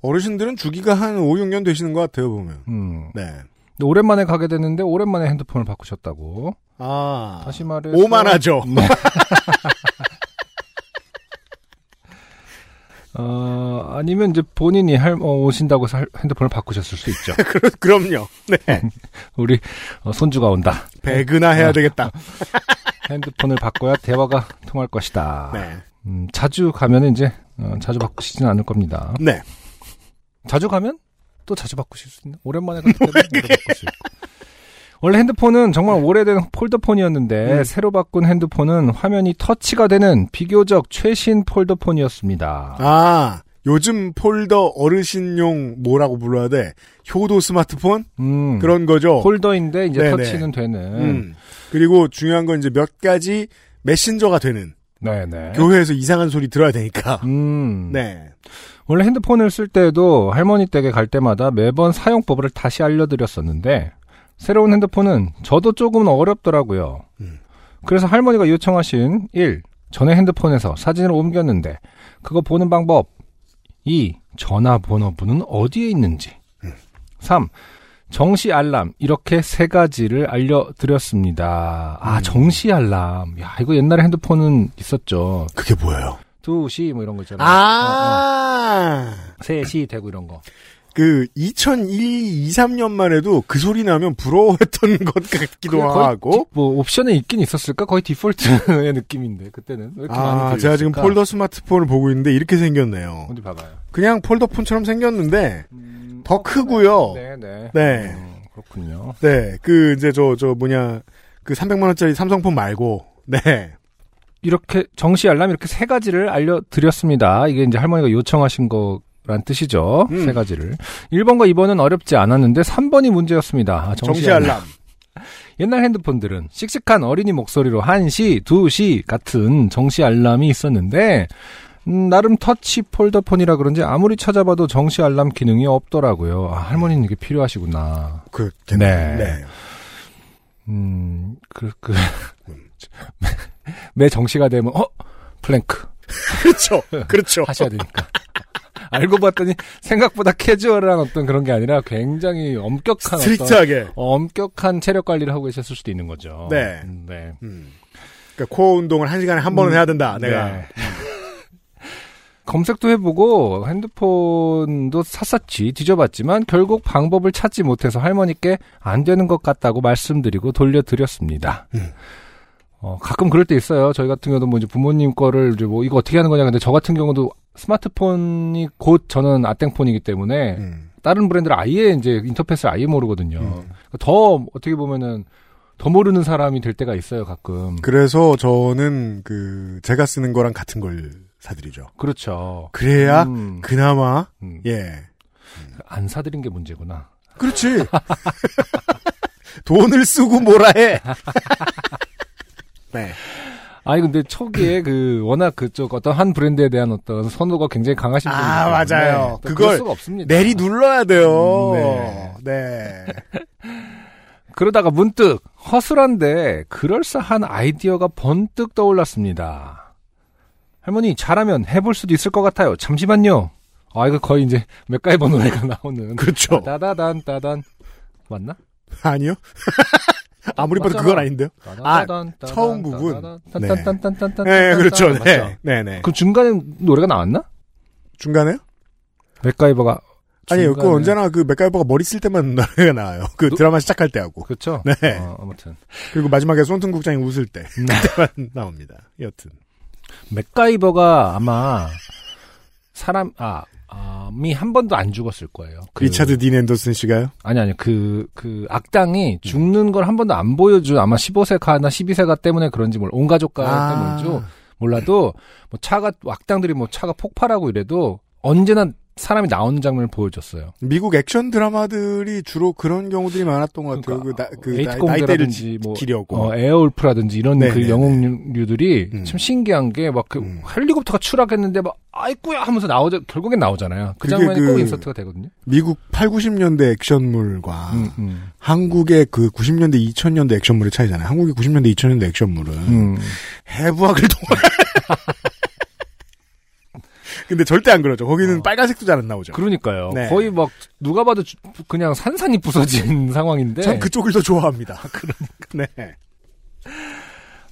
Speaker 1: 어르신들은 주기가 한 5, 6년 되시는 것 같아요 보면.
Speaker 2: 음.
Speaker 1: 네.
Speaker 2: 근데 오랜만에 가게 됐는데 오랜만에 핸드폰을 바꾸셨다고.
Speaker 1: 아
Speaker 2: 다시 말해서
Speaker 1: 오만하죠.
Speaker 2: 어, 아니면 이제 본인이 할, 어, 오신다고 해서 할- 핸드폰을 바꾸셨을 수 있죠.
Speaker 1: 그럼요. 네.
Speaker 2: 우리 어, 손주가 온다.
Speaker 1: 배그나 해야 되겠다.
Speaker 2: 핸드폰을 바꿔야 대화가 통할 것이다.
Speaker 1: 네.
Speaker 2: 음, 자주 가면 이제 어, 자주 바꾸시진 않을 겁니다.
Speaker 1: 네.
Speaker 2: 자주 가면 또 자주 바꾸실 수 있나? 오랜만에 갔기 때문에 바꿀 수 있고. 원래 핸드폰은 정말 오래된
Speaker 1: 음.
Speaker 2: 폴더폰이었는데 새로 바꾼 핸드폰은 화면이 터치가 되는 비교적 최신 폴더폰이었습니다.
Speaker 1: 아, 요즘 폴더 어르신용 뭐라고 불러야 돼? 효도 스마트폰?
Speaker 2: 음,
Speaker 1: 그런 거죠.
Speaker 2: 폴더인데 이제
Speaker 1: 네네.
Speaker 2: 터치는 되는.
Speaker 1: 음. 그리고 중요한 건 이제 몇 가지 메신저가 되는
Speaker 2: 네네.
Speaker 1: 교회에서 이상한 소리 들어야 되니까.
Speaker 2: 음.
Speaker 1: 네.
Speaker 2: 원래 핸드폰을 쓸 때도 할머니 댁에 갈 때마다 매번 사용법을 다시 알려드렸었는데 새로운 핸드폰은 저도 조금 어렵더라고요.
Speaker 1: 음.
Speaker 2: 그래서 할머니가 요청하신 1. 전에 핸드폰에서 사진을 옮겼는데 그거 보는 방법 2. 전화번호부는 어디에 있는지
Speaker 1: 음.
Speaker 2: 3. 정시 알람 이렇게 세 가지를 알려드렸습니다. 아
Speaker 1: 음.
Speaker 2: 정시 알람 야 이거 옛날에 핸드폰은 있었죠.
Speaker 1: 그게 뭐예요?
Speaker 2: 2시 뭐 이런 거 있잖아요. 어, 어.
Speaker 1: 아!
Speaker 2: 3시 되고 이런 거.
Speaker 1: 그 2001, 23년만 해도 그 소리 나면 부러워했던 것 같기도
Speaker 2: 그게 거의
Speaker 1: 하고.
Speaker 2: 디- 뭐 옵션에 있긴 있었을까? 거의 디폴트의 느낌인데 그때는 왜 이렇게 많이
Speaker 1: 아,
Speaker 2: 들렸을까?
Speaker 1: 제가 지금 폴더 스마트폰을 보고 있는데 이렇게 생겼네요.
Speaker 2: 어디 봐봐요.
Speaker 1: 그냥 폴더폰처럼 생겼는데 더 크고요.
Speaker 2: 음. 네네. 음,
Speaker 1: 네.
Speaker 2: 그렇군요.
Speaker 1: 네, 그 이제 저 저 뭐냐 그 300만 원짜리 삼성폰 말고 네.
Speaker 2: 이렇게 정시 알람 이렇게 세 가지를 알려드렸습니다. 이게 이제 할머니가 요청하신 거란 뜻이죠.
Speaker 1: 음.
Speaker 2: 세 가지를. 1번과 2번은 어렵지 않았는데 3번이 문제였습니다. 아,
Speaker 1: 정시 알람.
Speaker 2: 옛날 핸드폰들은 씩씩한 어린이 목소리로 1시, 2시 같은 정시 알람이 있었는데 음, 나름 터치 폴더폰이라 그런지 아무리 찾아봐도 정시 알람 기능이 없더라고요. 아, 할머니는 이게 필요하시구나.
Speaker 1: 그
Speaker 2: 네.
Speaker 1: 네.
Speaker 2: 음, 그, 그, 매 정시가 되면, 어? 플랭크
Speaker 1: 그렇죠. 그렇죠.
Speaker 2: 하셔야 되니까. 알고 봤더니 생각보다 캐주얼한 어떤 그런 게 아니라 굉장히 엄격한 어떤
Speaker 1: 스트릭트하게.
Speaker 2: 엄격한 체력 관리를 하고 계셨을 수도 있는 거죠.
Speaker 1: 네.
Speaker 2: 음, 네.
Speaker 1: 음. 그러니까 코어 운동을 한 시간에 한 번은 해야 된다. 내가.
Speaker 2: 음. 네. 검색도 해보고 핸드폰도 샅샅이 뒤져봤지만 결국 방법을 찾지 못해서 할머니께 안 되는 것 같다고 말씀드리고 돌려드렸습니다.
Speaker 1: 음.
Speaker 2: 어, 가끔 그럴 때 있어요. 저희 같은 경우도 뭐 이제 부모님 거를 이제 뭐 이거 어떻게 하는 거냐. 근데 저 같은 경우도 스마트폰이 곧 저는 아땡폰이기 때문에
Speaker 1: 음.
Speaker 2: 다른 브랜드를 아예 이제 인터페이스를 아예 모르거든요. 그러니까
Speaker 1: 음.
Speaker 2: 더 어떻게 보면은 더 모르는 사람이 될 때가 있어요. 가끔.
Speaker 1: 그래서 저는 그 제가 쓰는 거랑 같은 걸 사드리죠.
Speaker 2: 그렇죠.
Speaker 1: 그래야
Speaker 2: 음,
Speaker 1: 그나마
Speaker 2: 음.
Speaker 1: 예.
Speaker 2: 안 사드린 게 문제구나.
Speaker 1: 그렇지. 돈을 쓰고 뭐라 해. 네.
Speaker 2: 아니 근데 초기에 그 워낙 그쪽 어떤 한 브랜드에 대한 어떤 선호가 굉장히 강하신 분이
Speaker 1: 아, 맞아요. 그걸
Speaker 2: 그럴 수가 없습니다.
Speaker 1: 내리 눌러야 돼요.
Speaker 2: 음,
Speaker 1: 네.
Speaker 2: 그러다가 문득 허술한데 그럴싸한 아이디어가 번뜩 떠올랐습니다. 할머니 잘하면 해볼 수도 있을 것 같아요. 잠시만요. 아 이거 거의 이제 맥가이버 노래가 나오는 아,
Speaker 1: 그렇죠.
Speaker 2: 따다단 따단 맞나?
Speaker 1: 아니요. 아무리 봐도
Speaker 2: 맞잖아.
Speaker 1: 그건 아닌데요. 아, 처음 부분. 네.
Speaker 2: 딴딴딴딴딴
Speaker 1: 네, 그렇죠.
Speaker 2: 맞죠?
Speaker 1: 네. 네, 네.
Speaker 2: 그 중간에 노래가 나왔나?
Speaker 1: 중간에요?
Speaker 2: 맥가이버가
Speaker 1: 아니요. 그
Speaker 2: 중간에-
Speaker 1: 언제나 그 맥가이버가 머리 쓸 때만 노래가 나와요. 그
Speaker 2: 노-
Speaker 1: 드라마 시작할 때 하고.
Speaker 2: 그렇죠.
Speaker 1: 네.
Speaker 2: 어, 아무튼
Speaker 1: 그리고 마지막에 손튼 국장이 웃을 때.
Speaker 2: 음.
Speaker 1: 그때만 나옵니다. 여튼.
Speaker 2: 맥가이버가 아마 사람 아 암이 한 번도 안 죽었을 거예요. 그,
Speaker 1: 리차드 딘 앤더슨 씨가요?
Speaker 2: 아니 아니 그 그 악당이 죽는 걸 한 번도 안 보여준 아마 15세가나 12세가 때문에 그런지 몰라 온 가족가
Speaker 1: 아.
Speaker 2: 때문이죠. 몰라도 뭐 차가 악당들이 뭐 차가 폭발하고 이래도 언제나 사람이 나오는 장면을 보여줬어요.
Speaker 1: 미국 액션 드라마들이 주로 그런 경우들이 많았던 것 같아요. 그, 나, 그 나, 나이대를
Speaker 2: 에이트공대라든지
Speaker 1: 지-
Speaker 2: 그러니까. 어, 뭐
Speaker 1: 지키려고.
Speaker 2: 어, 에어울프라든지 이런
Speaker 1: 네, 네,
Speaker 2: 그 영웅류들이
Speaker 1: 음.
Speaker 2: 참 신기한 게 막 그
Speaker 1: 음.
Speaker 2: 헬리콥터가 추락했는데 막 아이쿠야 하면서 나오자 결국엔 나오잖아요. 그
Speaker 1: 그게
Speaker 2: 장면이
Speaker 1: 그-
Speaker 2: 꼭 인서트가 되거든요.
Speaker 1: 미국 8, 90년대 액션물과
Speaker 2: 음, 음.
Speaker 1: 한국의 그 90년대, 2000년대 액션물의 차이잖아요. 한국의 90년대, 2000년대 액션물은
Speaker 2: 음.
Speaker 1: 해부학을 통한. 근데 절대 안 그러죠. 거기는
Speaker 2: 어.
Speaker 1: 빨간색도 잘 안 나오죠.
Speaker 2: 그러니까요.
Speaker 1: 네.
Speaker 2: 거의 막 누가 봐도 주- 그냥 산산이 부서진 상황인데.
Speaker 1: 전 그쪽을 더 네. 좋아합니다. 그러니까. 네.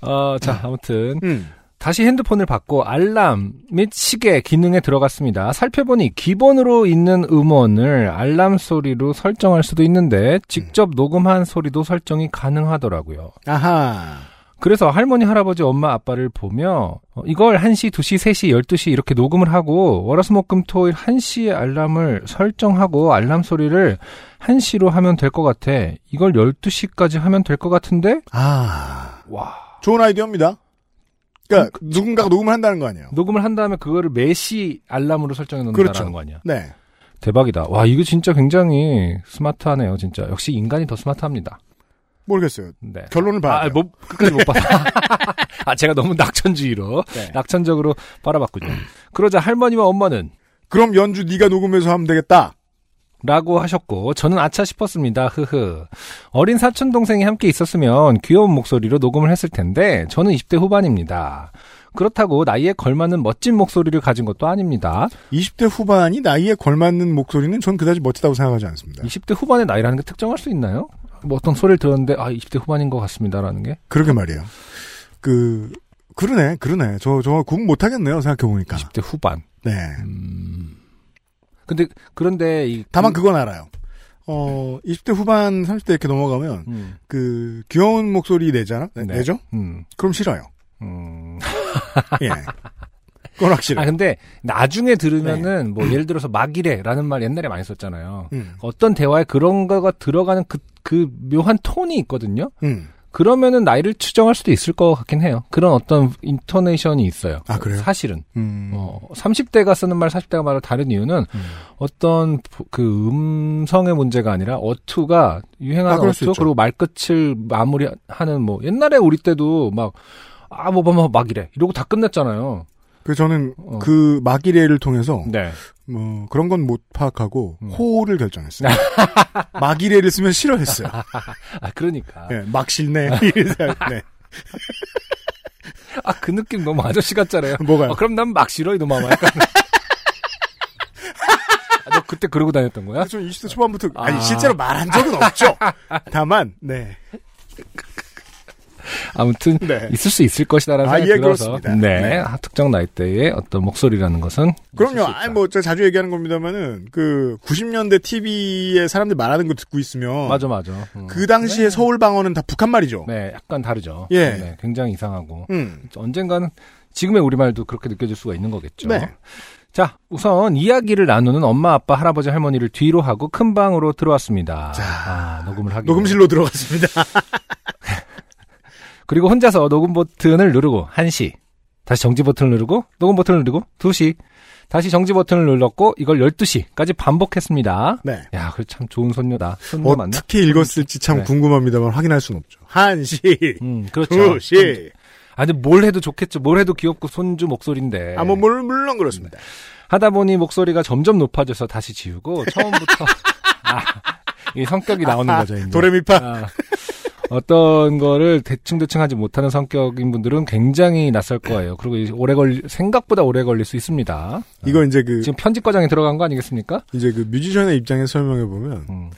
Speaker 2: 어, 자 아무튼
Speaker 1: 음.
Speaker 2: 다시 핸드폰을 받고 알람 및 시계 기능에 들어갔습니다. 살펴보니 기본으로 있는 음원을 알람 소리로 설정할 수도 있는데 직접 녹음한 소리도 설정이 가능하더라고요.
Speaker 1: 아하.
Speaker 2: 그래서 할머니, 할아버지, 엄마, 아빠를 보며 어, 이걸 1시, 2시, 3시, 12시 이렇게 녹음을 하고 월화수목금토일 1시에 알람을 설정하고 알람 소리를 1시로 하면 될 것 같아. 이걸 12시까지 하면 될 것 같은데?
Speaker 1: 아.
Speaker 2: 와.
Speaker 1: 좋은 아이디어입니다. 그러니까 누군가가 녹음을 한다는 거 아니에요.
Speaker 2: 녹음을 한 다음에 그거를 네 매시 알람으로 설정해 놓는다는
Speaker 1: 그렇죠.
Speaker 2: 거 아니야.
Speaker 1: 네.
Speaker 2: 대박이다. 와, 이거 진짜 굉장히 스마트하네요, 진짜. 역시 인간이 더 스마트합니다.
Speaker 1: 모르겠어요.
Speaker 2: 네.
Speaker 1: 결론을 봐야
Speaker 2: 아,
Speaker 1: 돼요.
Speaker 2: 못, 끝까지 못 봤다. 아, 제가 너무 낙천주의로,
Speaker 1: 네.
Speaker 2: 낙천적으로 바라봤군요. 그러자 할머니와 엄마는,
Speaker 1: 그럼 연주 네가 녹음해서 하면 되겠다.
Speaker 2: 라고 하셨고 저는 아차 싶었습니다. 흐흐. 어린 사촌 동생이 함께 있었으면 귀여운 목소리로 녹음을 했을 텐데 저는 20대 후반입니다. 그렇다고 나이에 걸맞는 멋진 목소리를 가진 것도 아닙니다.
Speaker 1: 20대 후반이 나이에 걸맞는 목소리는 전 그다지 멋지다고 생각하지 않습니다.
Speaker 2: 20대 후반의 나이라는 게 특정할 수 있나요? 뭐 어떤 소리를 들었는데 아 20대 후반인 것 같습니다라는 게
Speaker 1: 그러게 말이에요. 그 그러네, 그러네. 저 저 구분 못 하겠네요. 생각해 보니까.
Speaker 2: 20대 후반.
Speaker 1: 네.
Speaker 2: 음. 근데 그런데 이
Speaker 1: 다만 그건 알아요. 어, 20대 후반, 30대 이렇게 넘어가면
Speaker 2: 음,
Speaker 1: 그 귀여운 목소리 내잖아. 네,
Speaker 2: 네.
Speaker 1: 내죠?
Speaker 2: 음,
Speaker 1: 그럼 싫어요.
Speaker 2: 음.
Speaker 1: 예. 그건 확실해.
Speaker 2: 아 근데 나중에 들으면은 뭐 예를 들어서 막이래라는 말 옛날에 많이 썼잖아요.
Speaker 1: 네. 음,
Speaker 2: 어떤 대화에 그런 거가 들어가는 그, 그 묘한 톤이 있거든요.
Speaker 1: 음.
Speaker 2: 그러면은 나이를 추정할 수도 있을 것 같긴 해요. 그런 어떤 인터네이션이 있어요.
Speaker 1: 아, 그래요?
Speaker 2: 사실은.
Speaker 1: 음.
Speaker 2: 어, 30대가 쓰는 말, 40대가 말을 다른 이유는
Speaker 1: 음.
Speaker 2: 어떤 부- 그 음성의 문제가 아니라 어투가
Speaker 1: 아,
Speaker 2: 유행하는
Speaker 1: 그럴 수
Speaker 2: 어투
Speaker 1: 있죠.
Speaker 2: 그리고 말끝을 마무리하는 뭐 옛날에 우리 때도 막 아, 뭐, 뭐, 뭐, 막 이래. 이러고 다 끝냈잖아요.
Speaker 1: 그 저는
Speaker 2: 어.
Speaker 1: 그 마기례를 통해서
Speaker 2: 네.
Speaker 1: 뭐 그런 건 못 파악하고
Speaker 2: 음.
Speaker 1: 호를 결정했어요. 마기례를 쓰면 싫어했어요.
Speaker 2: 아, 그러니까.
Speaker 1: 네, 막 싫네. 이래서, 네.
Speaker 2: 아, 그 느낌 너무 아저씨 같잖아요.
Speaker 1: 뭐가요?
Speaker 2: 어, 그럼 난 막 싫어, 이놈아. 막 약간. 아, 너 그때 그러고 다녔던 거야?
Speaker 1: 저 20대 초반부터 아니
Speaker 2: 아.
Speaker 1: 실제로 말한 적은 없죠. 다만 네.
Speaker 2: 아무튼
Speaker 1: 네.
Speaker 2: 있을 수 있을 것이다라는
Speaker 1: 아,
Speaker 2: 생각이
Speaker 1: 예,
Speaker 2: 들어서
Speaker 1: 그렇습니다.
Speaker 2: 네,
Speaker 1: 네.
Speaker 2: 아, 특정 나이대의 어떤 목소리라는 것은
Speaker 1: 그럼요.
Speaker 2: 있을 수 있다.
Speaker 1: 아니 뭐 제가 자주 얘기하는 겁니다만은 그 90년대 TV에 사람들 말하는 거 듣고 있으면
Speaker 2: 맞아 맞아 음.
Speaker 1: 어. 그 당시에 서울 방언은 다 북한 말이죠.
Speaker 2: 네 약간 다르죠
Speaker 1: 예.
Speaker 2: 네, 굉장히 이상하고
Speaker 1: 음.
Speaker 2: 언젠가는 지금의 우리말도 그렇게 느껴질 수가 있는 거겠죠
Speaker 1: 네.
Speaker 2: 자 우선 이야기를 나누는 엄마 아빠 할아버지 할머니를 뒤로 하고 큰 방으로 들어왔습니다 아, 녹음을 하기
Speaker 1: 녹음실로 들어갔습니다.
Speaker 2: 그리고 혼자서 녹음 버튼을 누르고 1시. 다시 정지 버튼을 누르고 녹음 버튼을 누르고 2시. 다시 정지 버튼을 눌렀고 이걸 12시까지 반복했습니다.
Speaker 1: 네.
Speaker 2: 야, 그래 참 좋은 손녀다. 손녀 맞나?
Speaker 1: 어떻게 읽었을지 참
Speaker 2: 네.
Speaker 1: 궁금합니다만 확인할 수는 없죠. 한 시,
Speaker 2: 음, 그렇죠.
Speaker 1: 두 시.
Speaker 2: 아, 근데 뭘 해도 좋겠죠. 뭘 해도 귀엽고 손주 목소리인데.
Speaker 1: 아, 뭐, 물론, 물론 그렇습니다.
Speaker 2: 음. 하다 보니 목소리가 점점 높아져서 다시 지우고 처음부터 아, 이 성격이 나오는 거죠, 이제.
Speaker 1: 도레미파.
Speaker 2: 아, 어떤 거를 대충대충 하지 못하는 성격인 분들은 굉장히 낯설 거예요. 그리고 이제 오래 걸리, 생각보다 오래 걸릴 수 있습니다.
Speaker 1: 이거 이제 그,
Speaker 2: 지금 편집 과정에 들어간 거 아니겠습니까?
Speaker 1: 이제 그 뮤지션의 입장에서 설명해보면,
Speaker 2: 음.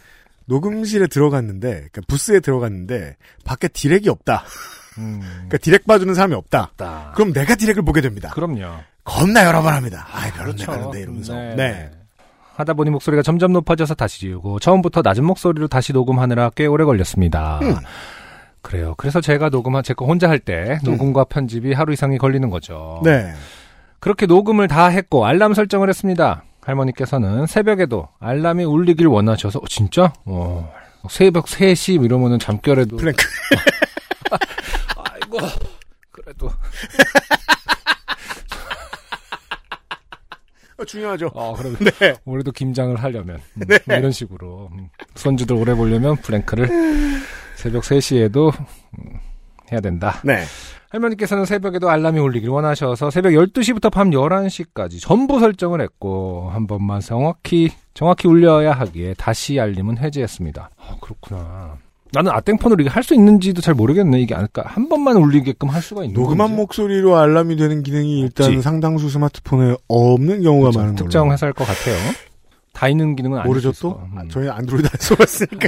Speaker 1: 녹음실에 들어갔는데, 그러니까 부스에 들어갔는데, 밖에 디렉이 없다.
Speaker 2: 음.
Speaker 1: 그러니까 디렉 봐주는 사람이 없다.
Speaker 2: 다.
Speaker 1: 그럼 내가 디렉을 보게 됩니다.
Speaker 2: 아, 그럼요.
Speaker 1: 겁나 여러 번 합니다. 아, 그렇네,
Speaker 2: 그렇죠.
Speaker 1: 그런데 이러면서.
Speaker 2: 네.
Speaker 1: 네.
Speaker 2: 하다 보니 목소리가 점점 높아져서 다시 지우고 처음부터 낮은 목소리로 다시 녹음하느라 꽤 오래 걸렸습니다.
Speaker 1: 음.
Speaker 2: 그래요. 그래서 제가 녹음한 제 거 혼자 할 때 녹음과 편집이 하루 이상이 걸리는 거죠.
Speaker 1: 네.
Speaker 2: 그렇게 녹음을 다 했고 알람 설정을 했습니다. 할머니께서는 새벽에도 알람이 울리길 원하셔서 어, 진짜? 어, 새벽 3시 뭐 이러면은 잠결에도
Speaker 1: 프랭크.
Speaker 2: 아이고 그래도
Speaker 1: 어, 중요하죠.
Speaker 2: 어 그럼
Speaker 1: 네.
Speaker 2: 올해도 김장을 하려면 음, 뭐 이런 식으로 음, 손주들 오래 보려면 브랭크를 새벽 3시에도 음, 해야 된다.
Speaker 1: 네.
Speaker 2: 할머니께서는 새벽에도 알람이 울리길 원하셔서 새벽 12시부터 밤 11시까지 전부 설정을 했고 한 번만 정확히 정확히 울려야 하기에 다시 알림은 해제했습니다. 아 그렇구나. 나는 아땡폰으로 이게 할 수 있는지도 잘 모르겠네. 이게 아까 한 번만 울리게끔 할 수가 있는
Speaker 1: 녹음한
Speaker 2: 건지.
Speaker 1: 목소리로 알람이 되는 기능이 일단
Speaker 2: 없지.
Speaker 1: 상당수 스마트폰에 없는 경우가
Speaker 2: 그렇죠.
Speaker 1: 많은 걸로.
Speaker 2: 특정 회사일 것 같아요. 다 있는 기능은 아니죠.
Speaker 1: 모르죠 또?
Speaker 2: 음.
Speaker 1: 아, 저희 안드로이드 안 써봤으니까.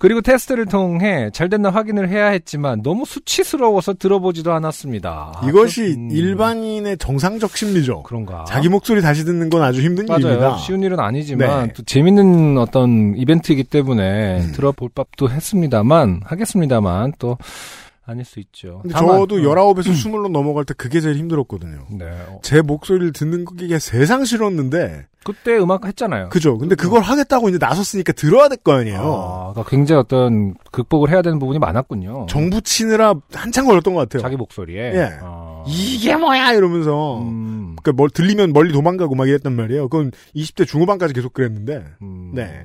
Speaker 2: 그리고 테스트를 통해 잘 됐나 확인을 해야 했지만 너무 수치스러워서 들어보지도 않았습니다. 아,
Speaker 1: 이것이
Speaker 2: 그- 음,
Speaker 1: 일반인의 정상적 심리죠.
Speaker 2: 그런가?
Speaker 1: 자기 목소리 다시 듣는 건 아주 힘든
Speaker 2: 맞아요.
Speaker 1: 일입니다.
Speaker 2: 쉬운 일은 아니지만
Speaker 1: 네. 음.
Speaker 2: 또 재밌는 어떤 이벤트이기 때문에 들어볼 법도 했습니다만 하겠습니다만 또 아닐 수 있죠.
Speaker 1: 근데
Speaker 2: 다만,
Speaker 1: 저도
Speaker 2: 어,
Speaker 1: 19에서 20로 넘어갈 때 그게 제일 힘들었거든요.
Speaker 2: 네. 어,
Speaker 1: 제 목소리를 듣는 게 세상 싫었는데,
Speaker 2: 그때 음악 했잖아요.
Speaker 1: 그죠. 근데 그걸 하겠다고 이제 나섰으니까 들어야 될 거 아니에요.
Speaker 2: 그렇죠. 아, 그러니까 굉장히 어떤 극복을 해야 되는 부분이 많았군요.
Speaker 1: 정부 치느라 한참 걸렸던 것 같아요.
Speaker 2: 자기 목소리에.
Speaker 1: 예.
Speaker 2: 아,
Speaker 1: 이게 어. 뭐야! 이러면서.
Speaker 2: 음,
Speaker 1: 그니까 뭘 들리면 멀리 도망가고 막 이랬단 말이에요. 그건 20대 중후반까지 계속 그랬는데
Speaker 2: 음.
Speaker 1: 네.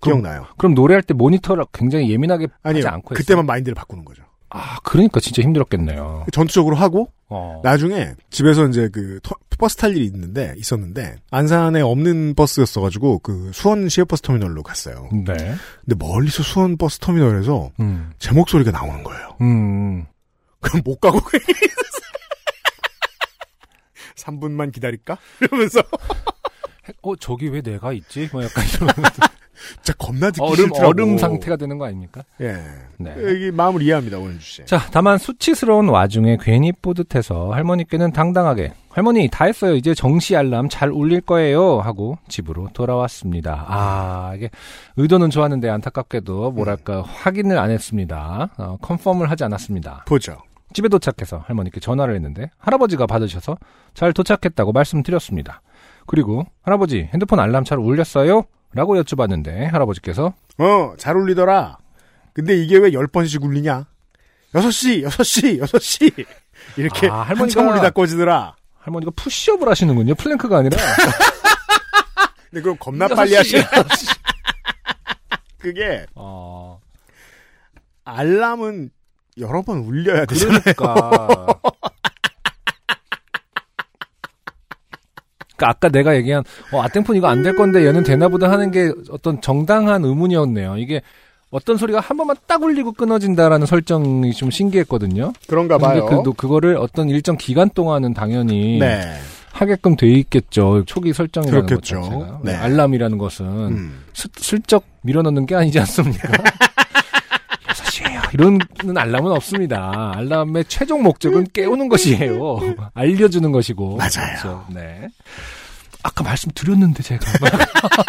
Speaker 2: 그럼-
Speaker 1: 기억나요.
Speaker 2: 그럼 노래할 때 모니터를 굉장히 예민하게
Speaker 1: 아니요.
Speaker 2: 하지 않고 했어요.
Speaker 1: 그때만 마인드를 바꾸는 거죠.
Speaker 2: 아, 그러니까 진짜 힘들었겠네요.
Speaker 1: 전투적으로 하고
Speaker 2: 어.
Speaker 1: 나중에 집에서 이제 그 터- 버스 탈 일이 있는데 있었는데 안산에 없는 버스였어가지고 그 수원 시외버스 터미널로 갔어요.
Speaker 2: 네.
Speaker 1: 근데 멀리서 수원 버스 터미널에서
Speaker 2: 음.
Speaker 1: 제 목소리가 나오는 거예요.
Speaker 2: 음.
Speaker 1: 그럼 못 가고 그냥 있었어요. 3분만 기다릴까? 이러면서
Speaker 2: 어, 저기 왜 내가 있지? 뭐 약간 이런
Speaker 1: 진짜 겁나 듣기
Speaker 2: 얼음
Speaker 1: 싫더라고.
Speaker 2: 얼음 상태가 되는 거 아닙니까?
Speaker 1: 예.
Speaker 2: 네.
Speaker 1: 여기 마음을 이해합니다 오늘 주씨.
Speaker 2: 자, 다만 수치스러운 와중에 괜히 뿌듯해서 할머니께는 당당하게 할머니 다 했어요. 이제 정시 알람 잘 울릴 거예요 하고 집으로 돌아왔습니다. 아, 이게 의도는
Speaker 1: 네.
Speaker 2: 좋았는데 안타깝게도 뭐랄까 확인을 안 했습니다. 어, 컨펌을 하지 않았습니다.
Speaker 1: 보죠.
Speaker 2: 집에 도착해서 할머니께 전화를 했는데 할아버지가 받으셔서 잘 도착했다고 말씀드렸습니다. 그리고 할아버지 핸드폰 알람 잘 울렸어요? 라고 여쭤봤는데 할아버지께서
Speaker 1: 어, 잘 울리더라. 근데 이게 왜 열번씩 울리냐? 6시, 6시, 6시! 이렇게
Speaker 2: 아, 할머니가-
Speaker 1: 한참 울리다 꺼지더라.
Speaker 2: 할머니가 푸시업을 하시는군요. 플랭크가 아니라
Speaker 1: 근데 그럼 겁나 빨리 하시 그게
Speaker 2: 어,
Speaker 1: 알람은 여러 번 울려야 되잖아요.
Speaker 2: 그러니까. 그러니까 아까 내가 얘기한 어, 아땡폰 이거 안 될 건데 얘는 되나 보다 하는 게 어떤 정당한 의문이었네요. 이게 어떤 소리가 한 번만 딱 울리고 끊어진다라는 설정이 좀 신기했거든요.
Speaker 1: 그런가
Speaker 2: 근데
Speaker 1: 봐요.
Speaker 2: 그, 그거를 어떤 일정 기간 동안은 당연히
Speaker 1: 네.
Speaker 2: 하게끔 돼 있겠죠. 초기 설정이라는 것
Speaker 1: 그렇겠죠.
Speaker 2: 자체가.
Speaker 1: 네.
Speaker 2: 알람이라는 것은
Speaker 1: 음.
Speaker 2: 슬, 슬쩍 밀어넣는 게 아니지 않습니까? 6시에요. 이런 알람은 없습니다. 알람의 최종 목적은 깨우는 것이에요. 알려주는 것이고.
Speaker 1: 맞아요.
Speaker 2: 그렇죠. 네. 아까 말씀드렸는데 제가.